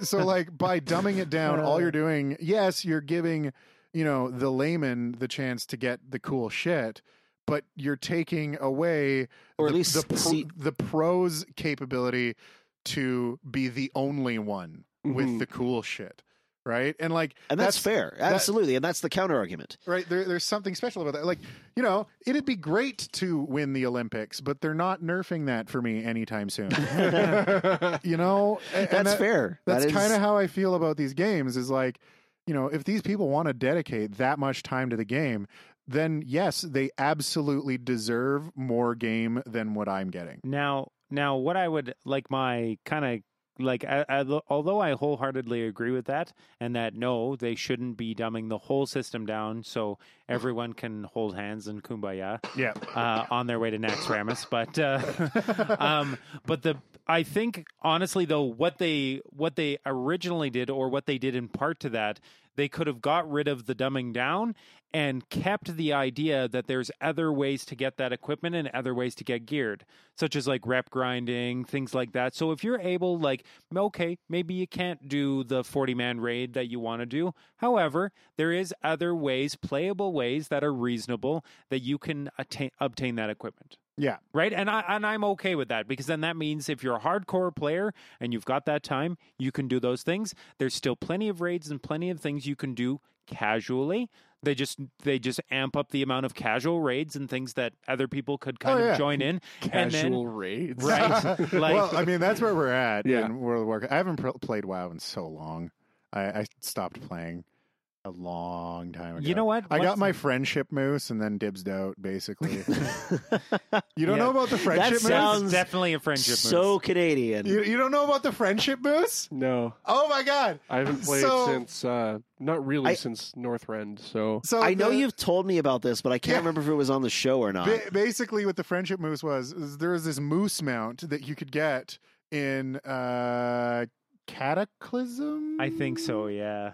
so like by dumbing it down all
Uh.
you're doing yes you're giving you know the layman the chance to get the cool shit but you're taking away
Or at
the,
least
the,
see-
the pro's capability to be the only one with
Mm-hmm.
Mhm.
the cool shit right and like
and that's, fair,
that-
absolutely, and that's the counter argument.
right there, there's something special about that like you know it'd be great to win the olympics but they're not nerfing that for me anytime soon you know A- and
That's
that-
fair. That
that's
is-
kind of how I feel about these games is like, you know, if these people want to dedicate that much time to the game, then yes, they absolutely deserve more game than what I'm getting.
Now, now, what I would like my kind of like, I, I, although I wholeheartedly agree with that, and that no, they shouldn't be dumbing the whole system down so everyone can hold hands and kumbaya
Yeah.
uh, on their way to Nax Ramus. But, uh, um, but the I think honestly though, what they what they originally did or what they did in part to that, they could have got rid of the dumbing down and kept the idea that there's other ways to get that equipment and other ways to get geared, such as like rep grinding, things like that. So if you're able, like, m- okay, maybe you can't do the 40 man raid that you want to do. However, there is other ways, playable ways that are reasonable that you can attain, obtain that equipment.
Yeah.
Right. And I and I'm okay with that because then that means if you're a hardcore player and you've got that time, you can do those things. There's still plenty of raids and plenty of things you can do casually. They just they just amp up the amount of casual raids and things that other people could kind
Oh, yeah.
of join in.
Casual raids.
Right. Like-
well, I mean, that's where we're at
Yeah.
in World of Warcraft. I haven't pr- played WoW in so long. I, I stopped playing. a long time ago.
You know what?
I got
Once-
my friendship moose and then dibsed out, basically. you
Yeah.
don't know about the friendship
That's
moose?
sounds
definitely a friendship
so
move.
Canadian.
You, you don't know about the friendship moose?
No,
Oh my god.
I haven't played
So-
since uh not really
I-
since Northrend. So
So
I know
the-
you've told me about this, but I can't
Yeah.
remember if it was on the show or not.
Ba- basically, what the friendship moose was is there was this moose mount that you could get in uh, Cataclysm.
I think so. Yeah.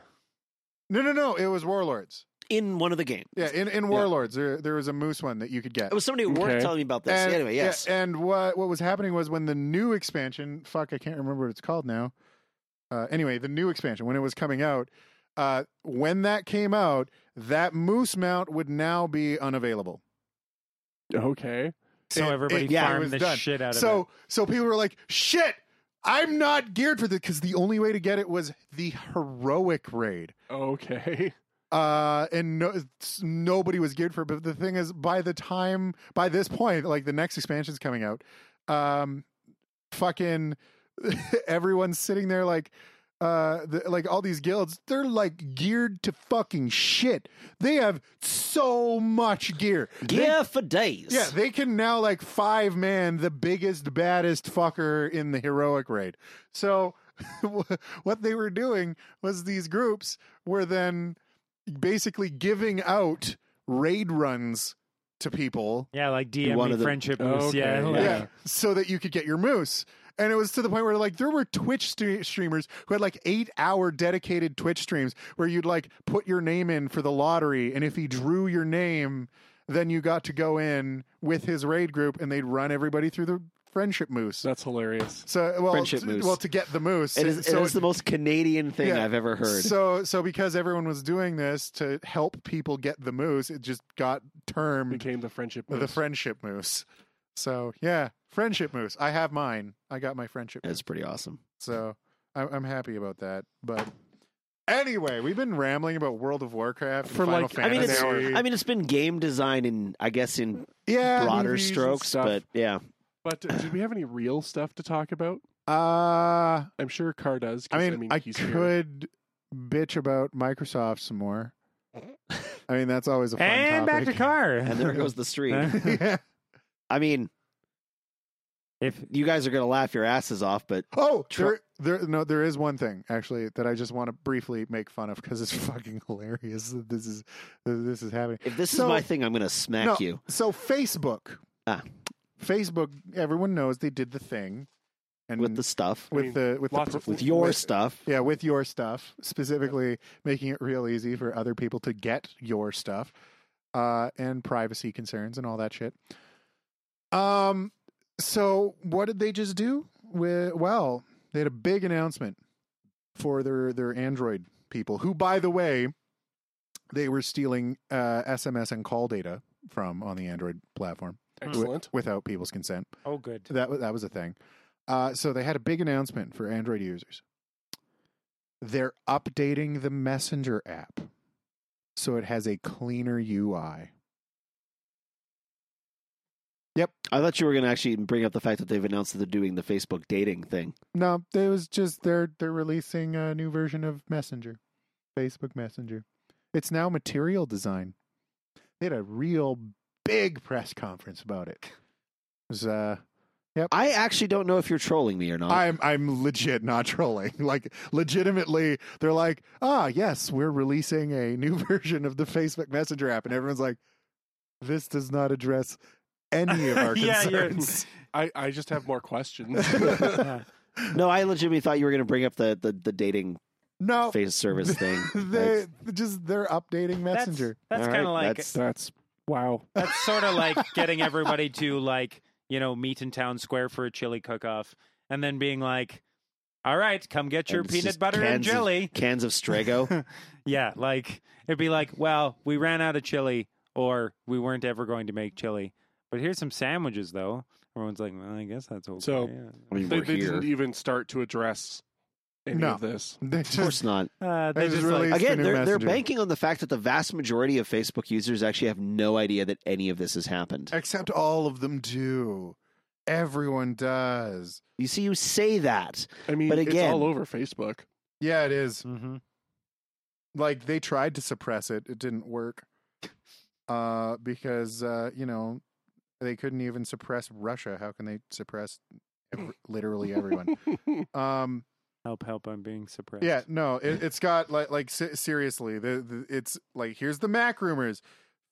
No, no, no. It was Warlords.
in one of the games.
Yeah, in, in Warlords, there there was a moose one that you could get.
It was somebody at work
Okay.
telling me about this.
And-
anyway,
yeah,
yes.
and what what was happening was when the new expansion, fuck, I can't remember what it's called now. Uh, anyway, the new expansion when it was coming out, uh, when that came out, that moose mount would now be unavailable.
okay,
So
It-
everybody
it- yeah, it was
farmed the
done.
shit out
so
of
so people were like, shit, I'm not geared for this because the only way to get it was the heroic raid.
okay,
uh and no, s- nobody was geared for it but the thing is by the time by this point like the next expansion's coming out um fucking everyone's sitting there like uh the, like all these guilds they're like geared to fucking shit they have so much gear They-
yeah, for days.
yeah they can now like five man the biggest baddest fucker in the heroic raid so what they were doing was these groups were then basically giving out raid runs to people
it. Yeah, like DM
One
me
of the-
friendship moose.
Okay,
yeah.
yeah.
like-
yeah, so that you could get your moose. And it was to the point where like there were Twitch stre- streamers who had like eight hour dedicated Twitch streams where you'd like put your name in for the lottery, and if he drew your name, then you got to go in with his raid group, and they'd run everybody through the friendship moose.
that's hilarious.
So well,
Friendship
t-
moose.
well to get the moose.
It is,
so
it is the most Canadian thing
Yeah.
I've ever heard.
So so because everyone was doing this to help people get the moose, it just got termed
Became the friendship.
the
moose.
friendship moose. So yeah, friendship moose. I have mine. I got my friendship.
That's
Moose.
pretty awesome.
So I'm, I'm happy about that. But anyway, we've been rambling about World of Warcraft and
For,
Final
like- I
I mean,
Fantasy.
it's, I mean, it's been game design in, I guess, in
yeah,
broader
movies and
strokes,
stuff.
but yeah.
But uh, did we have any real stuff to talk about?
Uh,
I'm sure Carr does. 'cause,
I mean, I
he's here.
could bitch about Microsoft some more. I mean, that's always a fun
And back to
topic.
car.
And there goes the stream.
Huh?
yeah.
I mean,
if
you guys are going to laugh your asses off, but
Oh,
Tru-
there, there, no, there is one thing actually that I just want to briefly make fun of because it's fucking hilarious that this is that this is happening.
if this
So-
is my thing, I'm going to smack
No.
you.
So Facebook,
Ah.
Facebook, everyone knows they did the thing, and
with the stuff,
with
I mean,
the with
lots
the,
of-
with your
with-
stuff.
yeah, with your stuff specifically, making it real easy for other people to get your stuff, uh, and privacy concerns and all that shit. Um, so what did they just do? With well, they had a big announcement for their their Android people, who, by the way, they were stealing uh, SMS and call data from on the Android platform
excellent.
without people's consent.
oh good.
That was that was a thing. Uh, so they had a big announcement for Android users. They're updating the Messenger app, so it has a cleaner UI.
I thought you were going to actually bring up the fact that they've announced that they're doing the Facebook dating thing.
No, it was just they're they're releasing a new version of Messenger, Facebook Messenger. It's now Material Design. They had a real big press conference about it. It was uh,
I actually don't know if you're trolling me or not.
I'm I'm legit not trolling. Like legitimately, they're like, ah, yes, we're releasing a new version of the Facebook Messenger app, and everyone's like, this does not address any of our
Yeah, you're-
concerns.
I, I just have more questions.
Yeah.
no, I legitimately thought you were going to bring up the, the, the dating
no,
face service thing.
Oh. they just they're updating
That's-
Messenger.
That's,
All
kind of
right,
like
that's-
That's wow.
That's sort of like getting everybody to like, you know, meet in town square for a chili cook-off, and then being like, "All right, come get your
And it's
peanut
just
butter and
cans of-
jelly."
cans of Strago.
yeah, like it'd be like, "Well, we ran out of chili, or we weren't ever going to make chili, but here's some sandwiches, though." Everyone's like, "Well, I guess that's okay."
So-
I mean,
They,
we're
they
here.
didn't even start to address any
No.
of this.
They
Of course
just
not.
uh,
That
they
is
just
really-
like,
It's the
Again,
new
they're, they're
messenger.
banking on the fact that the vast majority of Facebook users actually have no idea that any of this has happened.
except all of them do. Everyone does.
You see, you say that.
I mean,
But
it's
again-
all over Facebook.
Yeah, it is.
Mhm.
like they tried to suppress it. It didn't work. Uh because uh, you know, they couldn't even suppress Russia. How can they suppress ev- literally everyone? Um
Help, help! I'm being suppressed.
yeah, no, it, it's got like like se- seriously, the, the it's like here's the Mac rumors.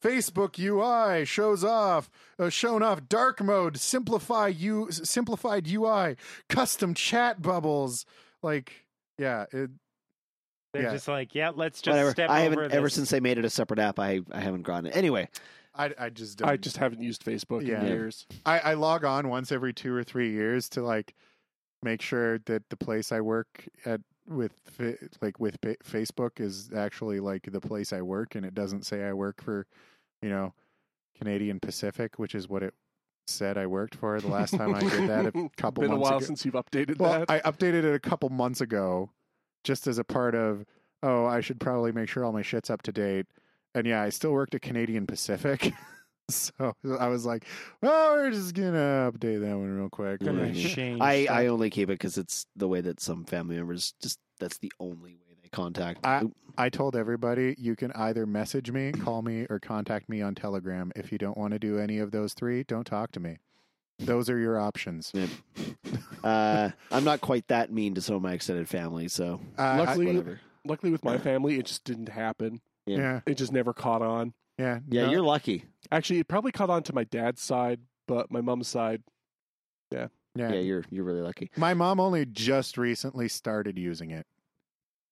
Facebook UI shows off, uh, shown off dark mode, simplify u simplified UI, custom chat bubbles. Like, yeah, it,
they're
yeah.
just like, yeah, let's just
Whatever.
step
I
over.
haven't ever
this.
since they made it a separate app. I I haven't gone. Anyway,
I I just don't.
I just haven't used Facebook
Yeah.
in years.
I, I log on once every two or three years to like make sure that the place I work at with fa- like with pa- Facebook is actually like the place I work, and it doesn't say I work for you know Canadian Pacific, which is what it said I worked for the last time I did that a couple
Been a
months
while
ago.
since you've updated
well,
that.
I updated it a couple months ago, just as a part of oh I should probably make sure all my shit's up to date, and yeah I still worked at Canadian Pacific. So I was like, "Well, we're just gonna update that one real quick."
Gonna
Right.
change
I
stuff.
I only keep it because it's the way that some family members just that's the only way they contact. Oop.
I told everybody you can either message me, call me, or contact me on Telegram. If you don't want to do any of those three, don't talk to me. Those are your options.
Yeah. uh, I'm not quite that mean to some of my extended family, so
Uh, I-
Luckily-
whatever.
Luckily, with my family, it just didn't happen.
yeah,
It just never caught on.
yeah,
Yeah,
no.
you're lucky.
Actually, it probably caught on to my dad's side, but my mom's side.
yeah.
Yeah, you're you're really lucky.
My mom only just recently started using it,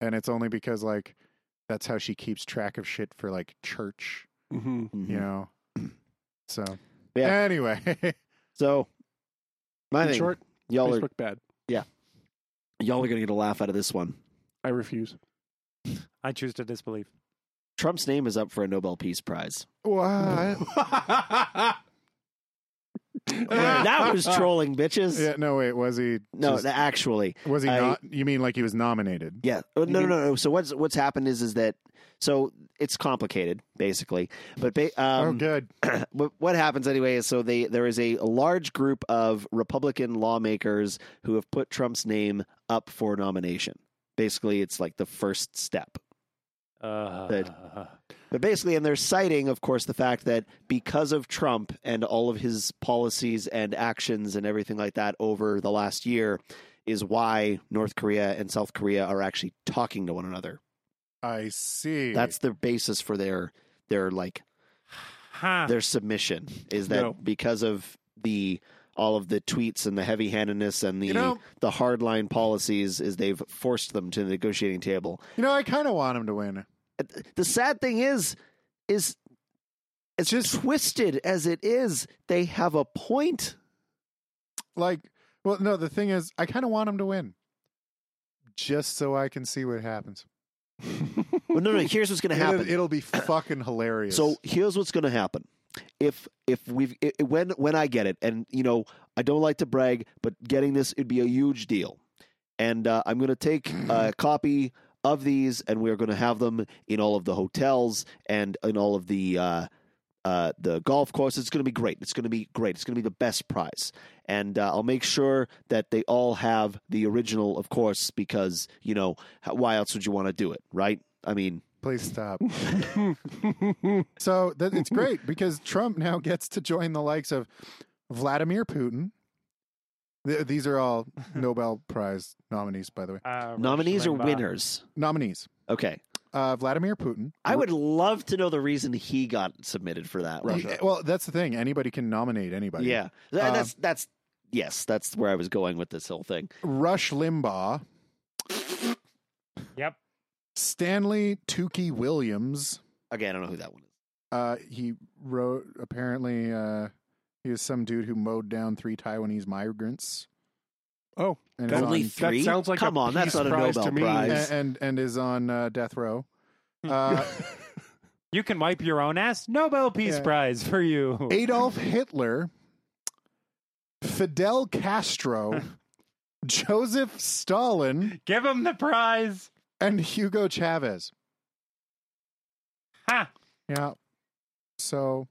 and it's only because like that's how she keeps track of shit for like church,
Mm-hmm.
Mhm.
you know. So
Yeah.
anyway,
So my
In
thing,
short,
y'all are
Facebook bad.
y'all are gonna get a laugh out of this one.
I refuse.
I choose to disbelieve.
Trump's name is up for a Nobel Peace Prize.
what?
that was trolling, bitches.
Yeah, no, wait. Was he?
No,
just-
actually,
was he
I-
not? You mean like he was nominated?
Yeah. Oh,
You
No, no,
mean-
no, no. So what's what's happened is is that so it's complicated basically, but ba-
oh,
um,
good.
what what happens anyway is so they there is a large group of Republican lawmakers who have put Trump's name up for nomination. Basically, it's like the first step.
Uh,
But basically, and they're citing, of course, the fact that because of Trump and all of his policies and actions and everything like that over the last year, is why North Korea and South Korea are actually talking to one another.
I see.
That's the basis for their their like
Ah.
huh.
their submission is that
No.
because of the all of the tweets and the heavy handedness and the
You know-
the hardline policies is they've forced them to the negotiating table.
you know. I kind of want him to win.
The sad thing is is as twisted as it is, they have a point.
Like, well, no. The thing is, I kind of want him to win, just so I can see what happens.
Well, no, no. Here's what's going to
It'll,
happen.
it'll be fucking hilarious.
So here's what's going to happen. If if we've i i- when when I get it, and you know I don't like to brag, but getting this it'd be a huge deal, and uh, I'm going to take a copy of these, and we're going to have them in all of the hotels and in all of the uh, uh, the golf course. It's going to be great. It's going to be great. It's going to be the best prize, and uh, I'll make sure that they all have the original, of course, because you know how, why else would you want to do it, right? I mean,
please stop. so that, it's great because Trump now gets to join the likes of Vladimir Putin. Th- these are all Nobel Prize nominees, by the way.
Uh,
nominees
Rush
are
Limbaugh.
winners.
Nominees.
Okay.
Uh, Vladimir Putin.
I would love to know the reason he got submitted for that. one.
Y- Well, that's the thing. Anybody can nominate anybody.
Yeah. Th-
Uh,
that's that's yes, that's where I was going with this whole thing.
Rush Limbaugh,
Yep.
Stanley Tukey Williams.
Okay, I don't know who that one is.
Uh, he wrote apparently uh, he was some dude who mowed down three Taiwanese migrants.
Oh,
and is
That's
Only
on,
three.
sounds like a
come on, that's
peace
not a
prize
Nobel
to me. Eh,
Prize.
and, and and is on uh, death row. Uh,
You can wipe your own ass. Nobel Peace
Yeah.
Prize for you.
Adolf Hitler, Fidel Castro, Joseph Stalin,
Give him the prize.
and Hugo Chavez.
Ha.
Yeah. So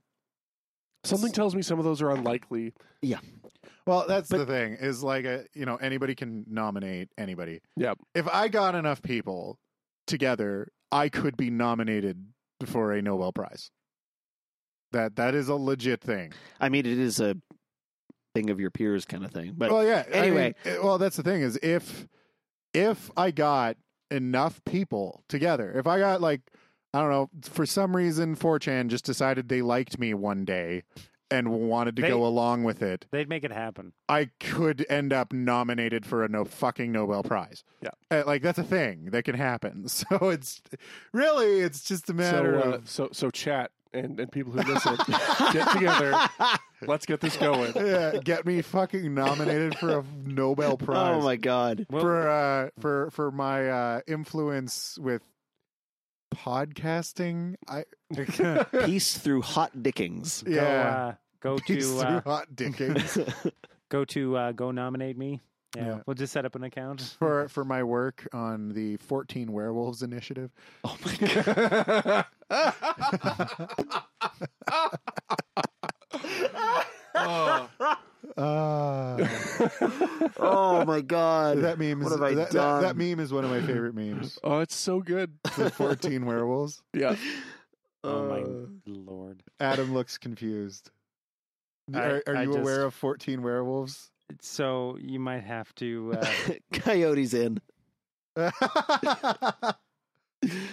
Something tells me some of those are unlikely.
Well, that's
But-
the thing is like a, you know anybody can nominate anybody.
Yep.
If I got enough people together, I could be nominated for a Nobel Prize. That that is a legit thing.
eh.
I mean, it is a thing of your peers kind of thing. But
well, yeah. I mean,
anyway.
eh, well, that's the thing is if if I got enough people together, if I got like I don't know, for some reason, 4chan just decided they liked me one day and wanted to
They-
go along with it,
They'd make it happen.
I could end up nominated for a no fucking Nobel Prize.
Yeah.
Uh, like that's a thing that can happen. So it's really it's just a matter
so, uh,
of
so so chat and, and people who listen get together. Let's get this going.
yeah, get me fucking nominated for a Nobel Prize.
oh my god,
Well,
for uh for for my uh influence with podcasting i
go,
peace through hot dickings.
yeah
uh, go
Peace
to uh,
through hot dicking
go to uh, go nominate me. Yeah,
Yeah.
we'll just set up an account.
for for my work on the 14 werewolves initiative
oh my god,
Oh,
uh
oh my god.
that meme is,
What have I
that, that,
done?
that meme is one of my favorite memes
oh, it's so good.
the 14 werewolves
Yeah.
oh my
Uh,
lord!
adam looks confused are,
I-
are
I
you
just-
aware of 14 werewolves
So you might have to. Uh,
Coyotes in.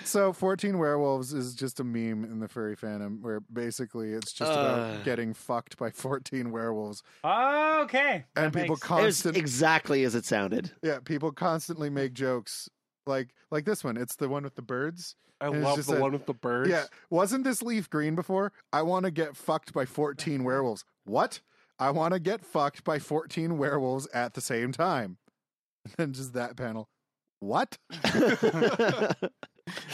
so 14 werewolves is just a meme in the furry fandom where basically it's just
Uh.
about getting fucked by 14 werewolves
oh, okay, That
and people
makes-
It's
constant
exactly as it sounded.
yeah people constantly make jokes like like this one it's the one with the birds
I
It's
love
just
the
a-
one with the birds.
yeah wasn't this leaf green before i want to get fucked by 14 werewolves what i want to get fucked by 14 werewolves at the same time and then just that panel what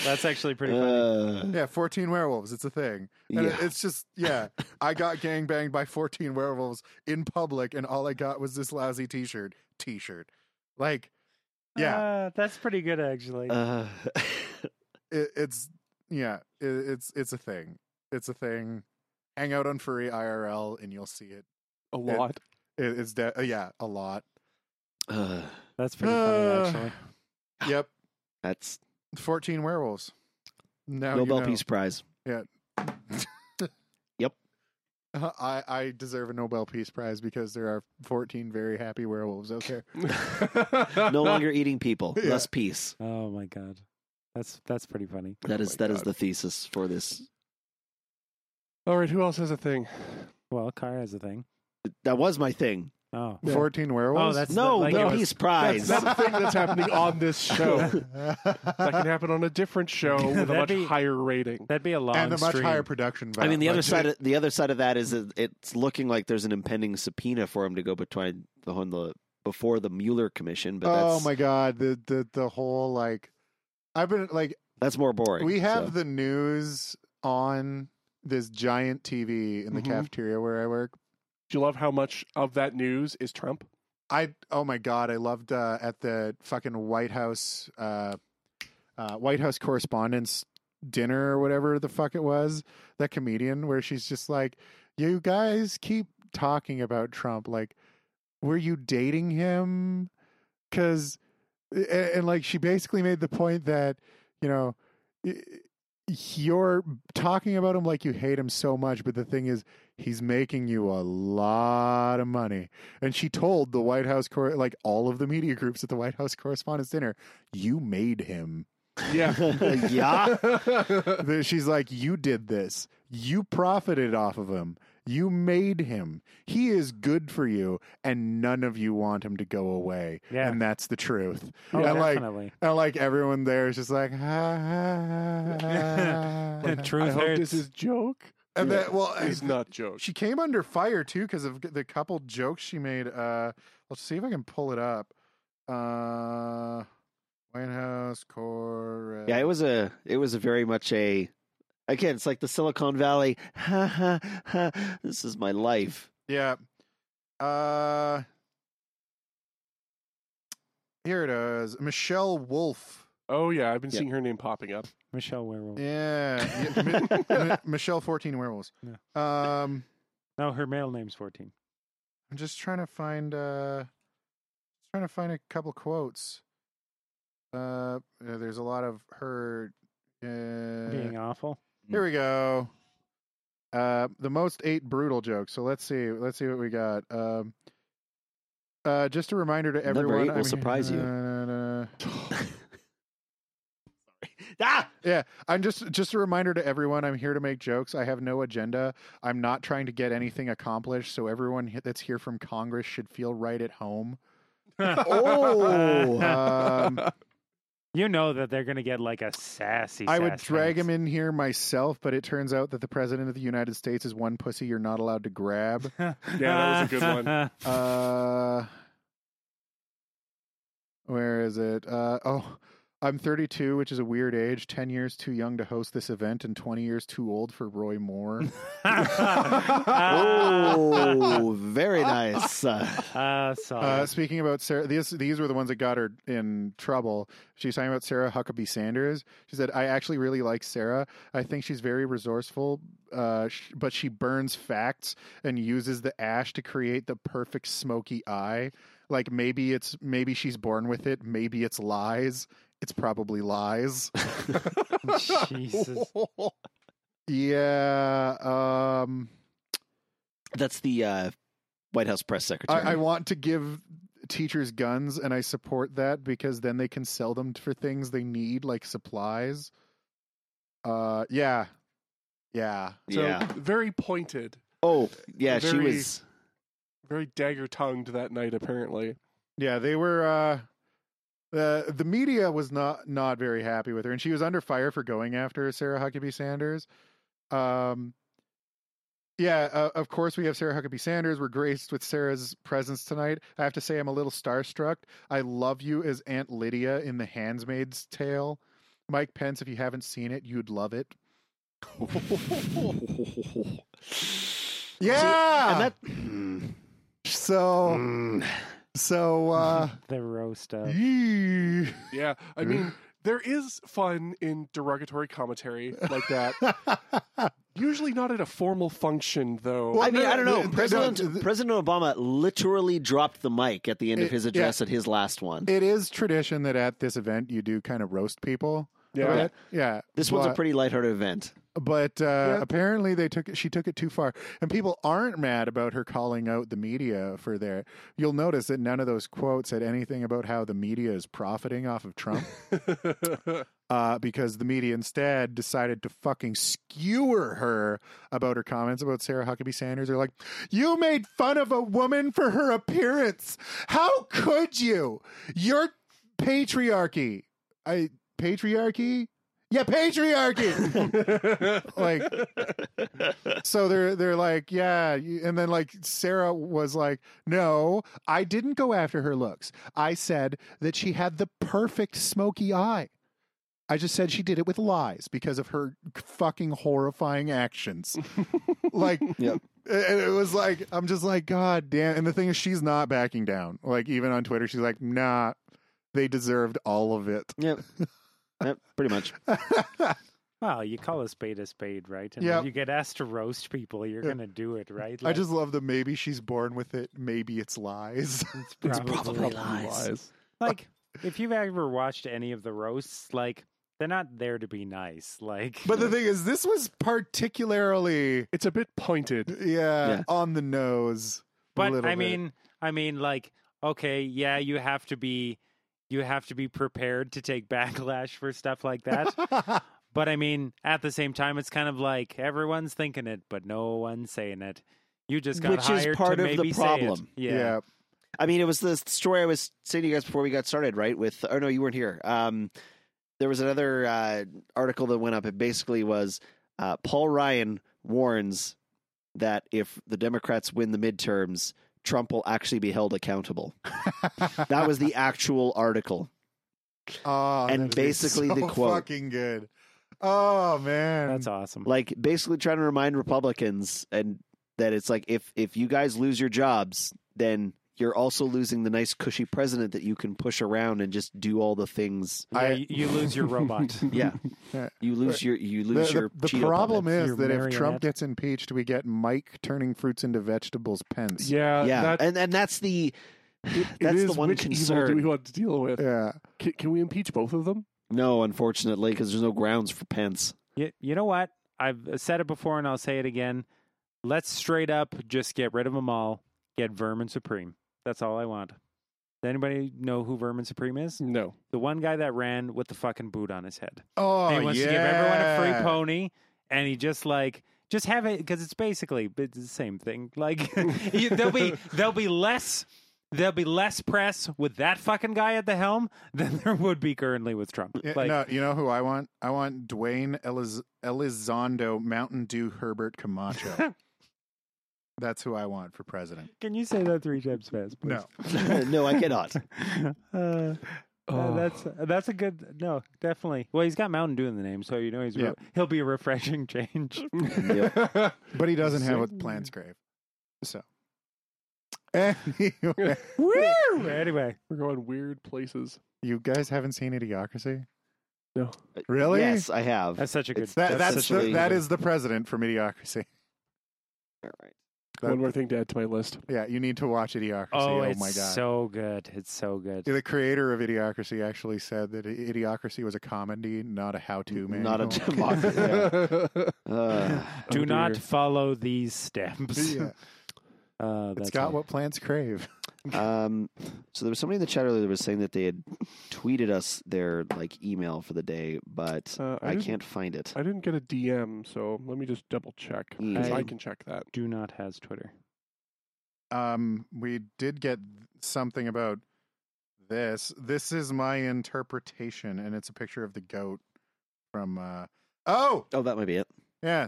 that's actually pretty funny.
Uh,
yeah 14 werewolves it's a thing And it-
yeah.
it's just, yeah, I got gangbanged by 14 werewolves in public, and all I got was this lousy t shirt. T shirt. Like, yeah,
Uh, that's pretty good actually.
Uh,
it, it's, yeah, it, it's, it's a thing. It's a thing. Hang out on furry IRL and you'll see it.
a lot.
it it's, de- uh, yeah, a lot.
uh,
that's pretty funny
uh,
actually.
Ah.
Yep.
that's
14 werewolves. Now you
Nobel
know.
Peace Prize.
Uh, I, I deserve a Nobel Peace Prize because there are 14 very happy werewolves out there.
No longer eating people,
Yeah.
less peace.
Oh my god, that's that's pretty funny.
That
Oh
is
my
that is
God.
the thesis for this.
All right, who else has a thing?
Well, car has a thing.
That was my thing.
Oh,
14
oh,
werewolves?
that's
no,
like
no
it was-
Peace Prize.
That's not a thing that's happening on this show. That can happen on a different show with a
That'd
much
be-
higher rating.
that'd be a long
and a much
stream.
higher production
I mean, the other
budget.
side. Of, the other side of that is that it's looking like there's an impending subpoena for him to go between the on the before the Mueller Commission. But
oh
that's,
my god, the the the whole like I've been like
that's more boring.
we have
so.
the news on this giant TV in the
Mhm.
Mm-hmm.
cafeteria where I work.
Do you love how much of that news is Trump?
I oh my god, I loved uh, at the fucking White House uh, uh, White House correspondence dinner or whatever the fuck it was. That comedian where she's just like, "You guys keep talking about Trump. Like, were you dating him? Because and, and like she basically made the point that you know." i- You're talking about him like you hate him so much, but the thing is, he's making you a lot of money and she told the White House cor- like all of the media groups at the White House Correspondents' Dinner, "You made him."
Yeah.
yeah.
The- She's like, "You did this. You profited off of him. You made him. He is good for you, and none of you want him to go away."
Yeah.
And that's the truth.
Oh,
and like,
definitely.
and like everyone there is just like, ha, ha, ha, ha.
Truth
I hope
hurts.
this is joke.
and then well,
It's not joke.
She came under fire too because of the couple jokes she made. Uh, let's see if I can pull it up. Uh, White House core.
Yeah, it was a it was a very much a again, it's like the Silicon Valley. Ha ha ha. This is my life.
Yeah. Uh, here it is. Michelle Wolf.
Oh yeah, I've been
Yeah.
seeing her name popping up.
Michelle Werewolf.
Yeah, Yeah, Mi- Mi- Michelle fourteen werewolves. Um,
No, her male name's fourteen.
I'm just trying to find. Uh, trying to find a couple quotes. Uh, uh, there's a lot of her Uh,
being awful.
Mm.
here we go. Uh, the most eight brutal jokes. So let's see. Let's see what we got. Um, uh, just a reminder to
Number
everyone.
eight will surprise you.
you.
ah,
Yeah, I'm just just a reminder to everyone. I'm here to make jokes. I have no agenda. I'm not trying to get anything accomplished. So everyone he- that's here from Congress should feel right at home.
oh,
Um,
You know that they're gonna get like a sassy.
I would
sass
drag
dance.
him in here myself, but it turns out that the president of the United States is one pussy you're not allowed to grab.
Yeah, that was a good one.
Uh, where is it? Uh, oh, I'm 32, which is a weird age. 10 years too young to host this event, and 20 years too old for Roy Moore.
oh, very nice. Uh,
Uh, solid.
Uh, speaking about Sarah, these these were the ones that got her in trouble. She's talking about Sarah Huckabee Sanders. She said, "I actually really like Sarah. I think she's very resourceful, uh, sh- but she burns facts and uses the ash to create the perfect smoky eye. Like maybe it's maybe she's born with it. Maybe it's lies. It's probably lies.
Jesus.
yeah. Um,
that's the uh, White House press secretary.
I, I want to give." Teachers guns, and I support that because then they can sell them for things they need, like supplies. Uh, yeah, yeah.
So
yeah.
very pointed,
Oh, yeah. She
Very-
was.
very dagger tongued that night. Apparently,
Yeah, they were uh the the media was not not very happy with her and she was under fire for going after Sarah Huckabee Sanders. Um yeah, uh, of course we have Sarah Huckabee Sanders. We're graced with Sarah's presence tonight. I have to say I'm a little starstruck. I love you as Aunt Lydia in The Handmaid's Tale. Mike Pence, if you haven't seen it, you'd love it. Yeah.
and that. Mm,
so
mm. Mm-hmm.
so uh
the roast of.
yee.
yeah. I mean, there is fun in derogatory commentary like that. Usually not at a formal function, though.
Well,
I mean,
no,
I don't know.
no,
President
no, th-
President Obama literally dropped the mic at the end of
It-
his address at his last one.
It is tradition that at this event you do kind of roast people.
Yeah.
about it. yeah.
this
but,
one's a pretty lighthearted event.
But uh,
Yeah.
apparently they took it, she took it too far, and people aren't mad about her calling out the media for their. You'll notice that none of those quotes said anything about how the media is profiting off of Trump, uh, because the media instead decided to fucking skewer her about her comments about Sarah Huckabee Sanders. They're like, "You made fun of a woman for her appearance. How could you? You're patriarchy. I patriarchy." Yeah, patriarchy. like so they're they're like yeah you- and then like sarah was like no i didn't go after her looks i said that she had the perfect smoky eye i just said she did it with lies because of her fucking horrifying actions like
Yep.
and it was like i'm just like god damn and the thing is she's not backing down like even on twitter she's like nah they deserved all of it
Yep. yep. Pretty much.
Well, you call a spade a spade, right? And
Yeah.
when you get asked to roast people, you're gonna do it, right?
I just love the maybe she's born with it, maybe it's lies.
it's probably, like if you've ever watched any of the roasts, like they're not there to be nice. Like,
But the thing is, this was particularly,
It's a bit pointed.
yeah,
Yeah.
on the nose. a
but
little
I
bit.
mean, I mean, like, okay, yeah, you have to be, you have to be prepared to take backlash for stuff like that. but I mean, at the same time, it's kind of like everyone's thinking it, but no one's saying it. You just got
Which is
hired
part
to
of the
maybe say it.
problem.
Yeah.
I mean, it was the story I was saying to you guys before we got started, right? With oh no, you weren't here. Um, there was another uh, article that went up. It basically was uh, Paul Ryan warns that if the Democrats win the midterms, Trump will actually be held accountable. that was the actual article.
Oh,
And
that is
basically
so
the quote.
fucking good. Oh man,
That's awesome.
Like basically trying to remind Republicans and that it's like if if you guys lose your jobs, then you're also losing the nice cushy president that you can push around and just do all the things
Yeah,
I-
you, you lose your robot.
Yeah.
Yeah.
You lose your you
The-
lose
the,
your
the
Cheeto
problem
puppet.
is
Your
that if Trump
marionette.
gets impeached, we get Mike turning fruits into vegetables. Pence.
Yeah,
yeah,
That,
and and that's the
it- it
that's the
is
one
which evil do
concern.
we want to deal with?
yeah.
Can, can we impeach both of them?
No, unfortunately, because there's no grounds for Pence.
You, you know what? I've uh, said it before and I'll say it again. Let's straight up just get rid of them all. Get Vermin Supreme. That's all I want. Does anybody know who Vermin Supreme is?
No.
The one guy that ran with the fucking boot on his head.
Oh,
he wants to give everyone a free pony, and he just like just have it because it's basically it's the same thing. Like you- there'll be there'll be less there'll be less press with that fucking guy at the helm than there would be currently with Trump.
Yeah,
Like
no, you know who I want? I want Dwayne Eliz- Elizondo Mountain Dew Herbert Camacho. That's who I want for president.
Can you say that three times fast? Please?
No.
no, I cannot.
Uh, uh, that's that's a good no, definitely. Well, he's got Mountain Dew in the name, so you know he's re-
Yep.
he'll be a refreshing change.
But he doesn't have a plant's grave. So. Anyway,
Woo! Anyway,
We're going weird places.
you guys haven't seen Idiocracy?
No.
Really?
Uh, Yes, I have.
that's such a good.
It's
That,
That's
that's
such a
the,
good
that
movie.
is the president from Idiocracy.
All right.
That-
One more thing to add to my list.
Yeah, you need to watch Idiocracy.
oh,
Oh,
it's
my god.
so good. It's so good.
the creator of Idiocracy actually said that Idiocracy was a comedy, not a how-to manual.
Not a democracy. yeah. Uh,
Do
Oh,
not
dear.
follow these steps.
Yeah.
Uh, that's
It's got
all.
what plants crave.
um, so there was somebody in the chat earlier that was saying that they had tweeted us their like email for the day, but
Uh, I
I
didn't-
can't find it.
I didn't get a DM, so let me just double check. 'cause
Mm.
I can check that.
Do not has Twitter.
Um, we did get something about this. This is my interpretation, and it's a picture of the goat from. Uh, oh
Oh, that might be it.
yeah,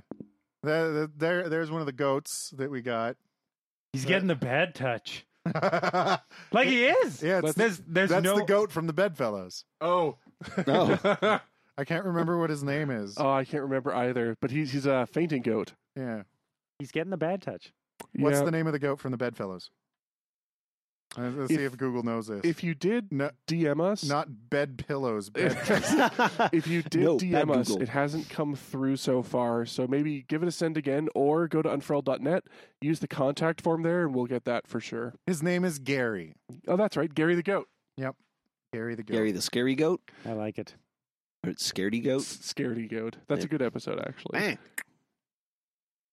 there, there- there, there's one of the goats that we got.
He's
Uh,
getting the bad touch,
yeah,
like he is.
it's,
there's there's
that's
no
the goat from the Bedfellows.
Oh.
No.
I can't remember what his name is.
oh, I can't remember either, but he's he's a fainting goat.
Yeah,
He's getting the bad touch.
what's
Yeah.
the name of the goat from the Bedfellows? Uh, Let's let's see
If-
if Google knows this.
If you did
No.
DM us,
Not bed pillows. Bed
if you did
No, bad
DM us,
Google.
it hasn't come through so far. So maybe give it a send again or go to unfurl.net, use the contact form there, and we'll get that for sure.
his name is Gary.
Oh, that's right. Gary the goat.
Gary the goat.
Gary the Scary Goat
I like it.
or Scaredy Goat.
S- Scaredy goat. That's a good episode, actually.
Eh.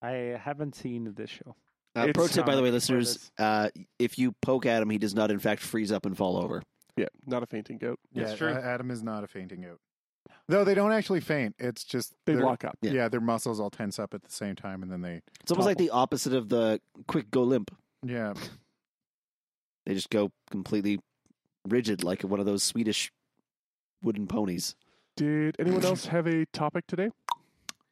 I haven't seen this show.
Uh,
It's
pro tip, by the
not
way,
for
listeners:
this.
uh, if you poke at him, he does not, in fact, freeze up and fall over.
Yeah, not a fainting goat.
That's
yeah,
true.
A- Adam is not a fainting goat. Though they don't actually faint. It's just
They
their-
lock up.
Yeah.
Yeah. their muscles all tense up at the same time, and then they
It's almost like
Topple.
the opposite of the quick go limp.
yeah.
They just go completely rigid, like one of those Swedish wooden ponies.
Did anyone else have a topic today?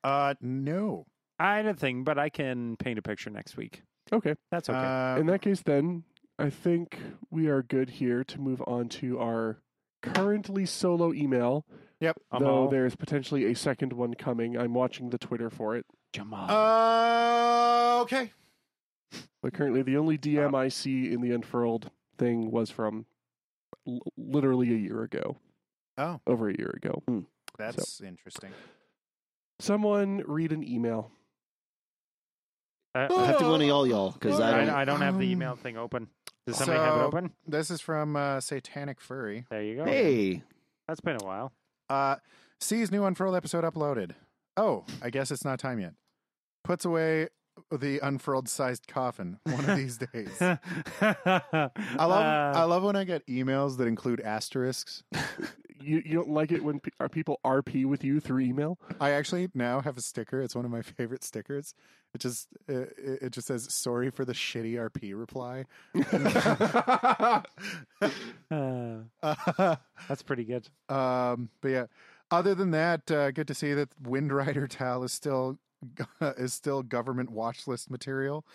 Uh, no.
I don't think, but I can paint a picture next week.
Okay.
That's okay.
Uh,
In that case, then, I think we are good here to move on to our currently solo email.
Amal.
though there is potentially a second one coming. I'm watching the Twitter for it.
Jamal.
uh, okay.
But currently, the only DM I see in the Unfurled thing was from l- literally a year ago,
Oh,
over a year ago.
that's interesting.
Someone read an email.
I,
I
I-
have to go to all y'all because I don't.
uh, I, I don't have the
um,
email thing open. Does somebody have it
so-
open?
This is from uh, Satanic Furry.
There you go.
Hey,
That's been a while.
Uh, sees new unfurled episode uploaded. Oh, I guess it's not time yet. Puts away the unfurled sized coffin one of these days.
I love.
I love I
Uh.
love when I get emails that include asterisks.
You, you don't like it when pe- are people RP with you through email?
I actually now have a sticker. It's one of my favorite stickers. It just it, it just says sorry for the shitty RP reply.
Uh, that's pretty good.
um, but yeah, other than that, uh, good to see that Wind Rider Tal is still is still government watch list material.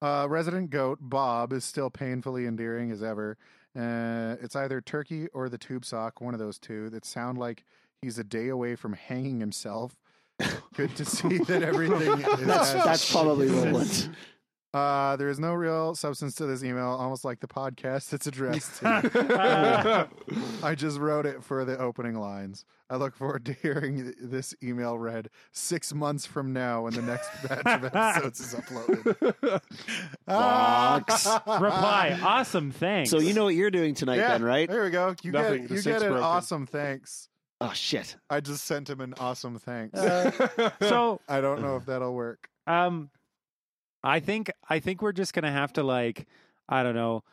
Uh, resident goat Bob is still painfully endearing as ever. Uh, it's either turkey or the tube sock, one of those two that sound like he's a day away from hanging himself. Good to see that everything is
that's
as
that's probably Roland.
Uh, there is no real substance to this email, almost like the podcast it's addressed to.
Uh,
I just wrote it for the opening lines. I look forward to hearing th- this email read six months from now when the next batch of episodes is uploaded.
Fox.
Reply. Awesome. Thanks.
So you know what you're doing tonight,
yeah,
then, right?
There we go. You
Nothing,
get,
the
you
six
get it.
broken.
Awesome. Thanks.
Oh shit!
I just sent him an awesome thanks.
So
I don't know if that'll work.
Um, I think I think we're just gonna have to like I don't know,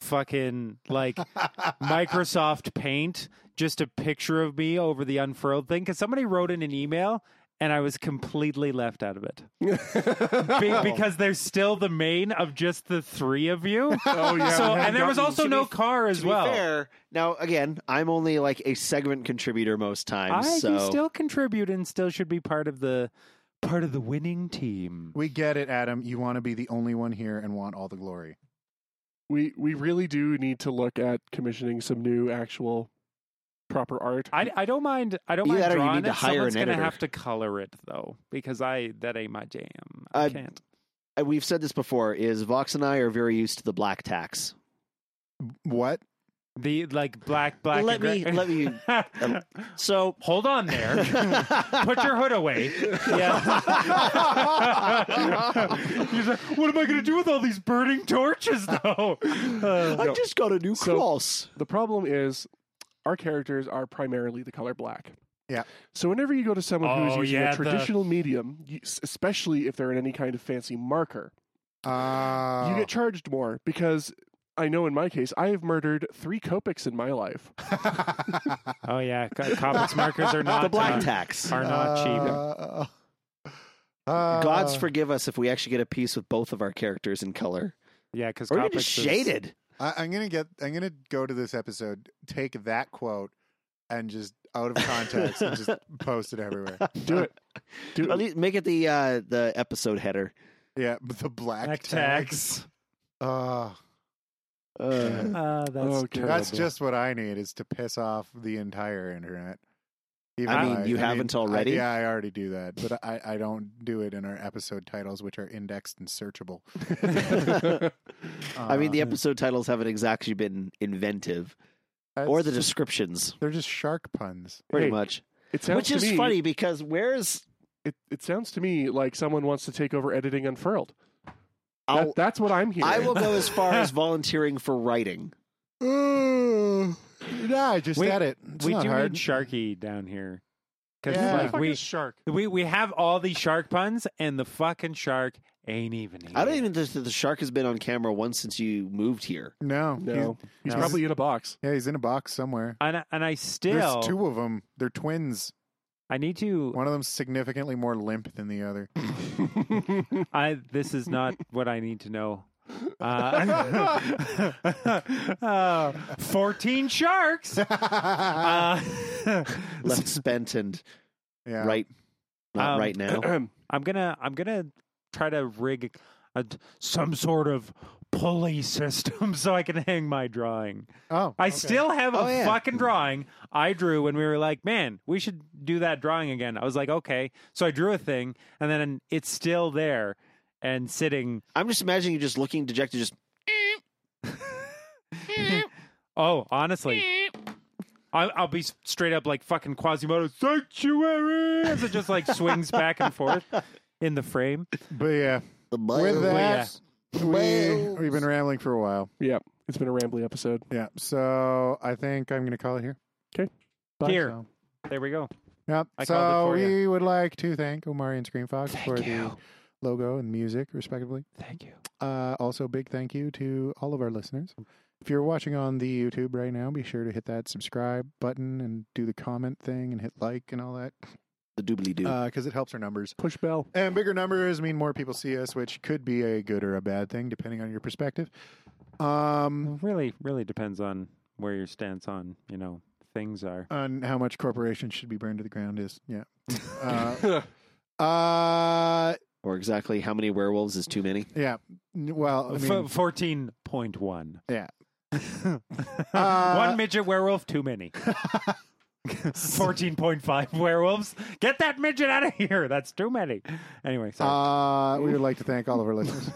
fucking like Microsoft Paint just a picture of me over the unfurled thing because somebody wrote in an email and I was completely left out of it Be- because there's still the main of just the three of you.
oh yeah,
so
we haven't
and there was
gotten-
also
to
no
be-
car as
to
well.
be fair, now again, I'm only like a segment contributor most times,
I
so
do still contribute and still should be part of the part of the winning team.
We get it, Adam. You want to be the only one here and want all the glory.
we we really do need to look at commissioning some new actual proper art.
I, I don't mind. I don't
Either
mind
that or you
drawing
need to
it.
hire
Someone's
an
gonna
editor.
have to color it though, because I that ain't my jam. I
Uh,
can't.
Uh, we've said this before: is Vox and I are very used to the black tax.
What?
The like black black.
Let me- let me- um, So,
hold on there. Put your hood away. Yeah. He's like, what am I gonna do with all these burning torches though? Uh,
I just got a new
So-
cross.
The problem is our characters are primarily the color black.
Yeah.
So whenever you go to someone
Oh,
who's using
yeah,
a
the-
traditional medium, you, s- especially if they're in any kind of fancy marker,
Uh,
Oh.
you get charged more because I know in my case I have murdered 3 Copics in my life.
oh yeah, co- comics markers are not
The black
uh,
tax.
are not cheap.
Uh, uh,
Gods forgive us if we actually get a piece with both of our characters in color,
Yeah, because
or even just shaded.
I, I'm gonna get. I'm gonna go to this episode, take that quote, and just out of context, and just post it everywhere.
Do it. Do
At
it.
least make it the uh, the episode header.
Yeah, but the black,
Black
tags.
tax.
Uh,
Uh, that's
Okay.
that's
Terrible.
just what I need is to piss off the entire internet. Even
I mean,
though
you haven't
I-
already?
yeah, I already do that, but I, I don't do it in our episode titles, which are indexed and searchable.
I mean, the
Uh,
episode titles haven't exactly been inventive,
that's
or the
Uh, just-
descriptions,
they're just shark puns.
pretty
Hey,
much.
It sounds
Which
to
is
me-
funny because where's
It, it sounds to me like someone wants to take over editing Unfurled. That-
I'll,
that's what I'm hearing.
I will go as far as volunteering for writing.
Ooh, yeah, I just
We-
said it. It's
we
not
do
hard.
need Sharky down here. Because
Yeah.
like, we,
shark.
we we have all these shark puns, and the fucking shark ain't even here.
I don't even think that the shark has been on camera once since you moved here.
no,
No,
he's-
he's
No.
probably in a box.
yeah, he's in a box somewhere.
And I, and I still
There's two of them. They're twins.
I need to.
One of them's significantly more limp than the other.
I this is not what I need to know. Uh, uh, Fourteen sharks.
yeah.
Uh,
Left spent and right, not
Um,
right now.
I'm gonna I'm gonna try to rig a, some sort of pulley system so I can hang my drawing.
Oh,
I
okay.
still have a
Oh, yeah.
fucking drawing I drew when we were like, man, we should do that drawing again. I was like, okay. So I drew a thing and then it's still there and sitting.
I'm just imagining you just looking dejected, just
Oh, honestly. I- I'll be s- straight up like fucking Quasimodo sanctuary as it just like swings back and forth in the frame.
But yeah,
the
with that, we,
Whales.
we've been rambling for a while.
yeah, it's been a rambly episode.
Yeah. So I think I'm going to call it here.
'Kay.
Bye.
Here.
So-
There we go.
Yep.
I
so
called it for
we would like to thank Omari and Screen Fox
Thank
for
you.
the logo and music, respectively.
Thank you.
Uh, also, big thank you to all of our listeners. If you're watching on the YouTube right now, be sure to hit that subscribe button and do the comment thing and hit like and all that
the doobly doo.
because it helps our numbers.
Push bell.
And bigger numbers mean more people see us, which could be a good or a bad thing, depending on your perspective. Um,
It really, really depends on where your stance on, you know, things are.
on how much corporations should be burned to the ground is, yeah. Uh, uh,
or exactly how many werewolves is too many?
yeah. N- Well, I mean,
Fourteen point one.
Yeah.
One midget werewolf, too many. Fourteen point five werewolves. Get that midget out of here. That's too many. Anyway, sorry.
uh, we would like to thank all of our listeners.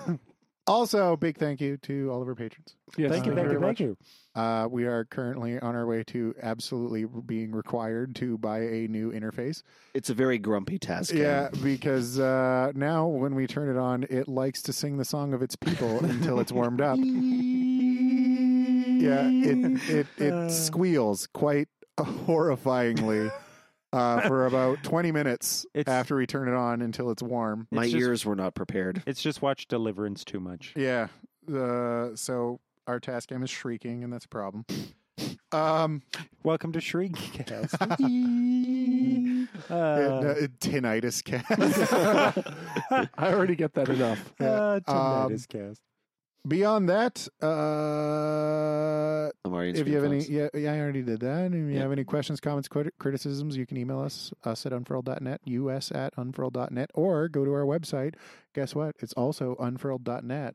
also, big thank you to all of our patrons.
Yes,
thank you,
uh,
thank
very
you,
much.
thank you.
Uh, we are currently on our way to absolutely being required to buy a new interface.
It's a very grumpy task.
Yeah,
Aaron.
because uh, now when we turn it on, it likes to sing the song of its people until it's warmed up. Yeah, it it, it
Uh.
squeals quite horrifyingly uh, for about 20 minutes
It's-
after we turn it on until it's warm.
My
It's just-
ears were not prepared.
It's just watch Deliverance too much.
Yeah. Uh, so our task cam is shrieking, and that's a problem. Um,
Welcome to Uh, Shriekcast.
it-
uh,
uh, tinnitus cast.
I already get that enough.
uh,
um,
tinnitus cast.
Beyond that, uh,
I'm already in
if you have any,
screenplays.
yeah, yeah, I already did that. If you
Yeah.
have any questions, comments, crit- criticisms, you can email us, us at unfurled.net, us at unfurled.net, or go to our website. Guess what? It's also unfurled.net,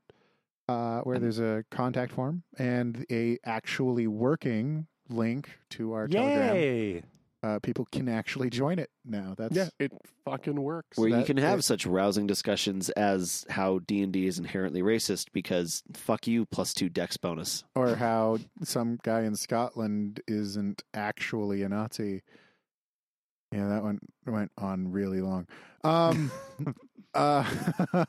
uh, where there's a contact form and a actually working link to our Telegram.
Yay!
Uh, people can actually join it now. That's
Yeah, it fucking works.
Where you
that-
can have
it-
such rousing discussions as how D and D is inherently racist because fuck you plus two dex bonus.
or how some guy in Scotland isn't actually a Nazi. Yeah, that one went on really long. Um, uh, uh,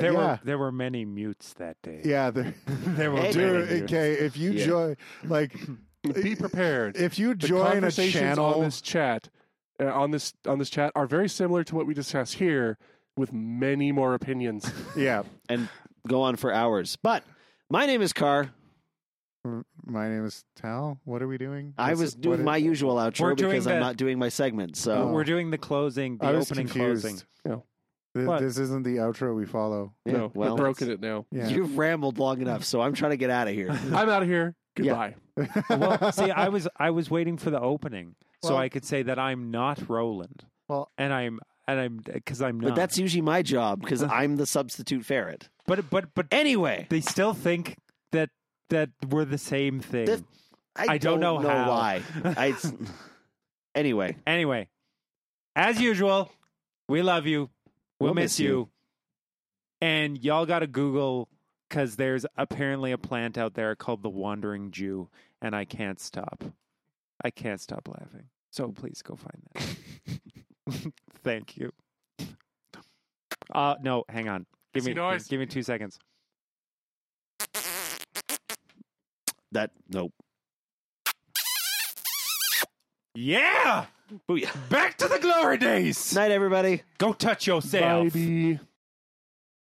there
yeah,
were there were many mutes that day.
yeah. There,
There were many
Hey,
dude,
mutes.
okay, if you
Yeah.
join, like,
Be prepared.
if you
the
join a
conversations on
channel,
this chat uh, on this on this chat are very similar to what we discuss here with many more opinions.
yeah.
and go on for hours. But my name is Carr.
My name is Tal. What are we doing?
I
What's-
was
what
doing
is- Oh,
my usual outro
We're doing
because I'm
the-
not doing my segment.
But
So
We're doing the closing, the
I was
opening
confused.
closing.
Th-
What?
This isn't the outro we follow.
yeah,
no,
well,
I've broken it now.
Yeah.
You've rambled long enough, so I'm trying to get out of here.
I'm out of here. Goodbye.
well, see, I was I was waiting for the opening so
Well-
I could say that I'm not Roland.
Well-
and I'm and I'm because I'm not.
But that's usually my job because I'm the substitute ferret.
but but but
Anyway,
they still think that that we're the same thing.
This- I,
I don't know how.
why. I, anyway,
Anyway, as usual, we love you. We'll,
We'll
miss
miss
you.
you.
And y'all got to Google because there's apparently a plant out there called the Wandering Jew, and I can't stop. I can't stop laughing. So please go find that. Thank you. Uh, no, hang on. Give
See
me,
noise.
give me two seconds.
that nope.
Yeah,
Booyah.
back to the glory days.
Night, everybody.
Go touch yourself.
Bye.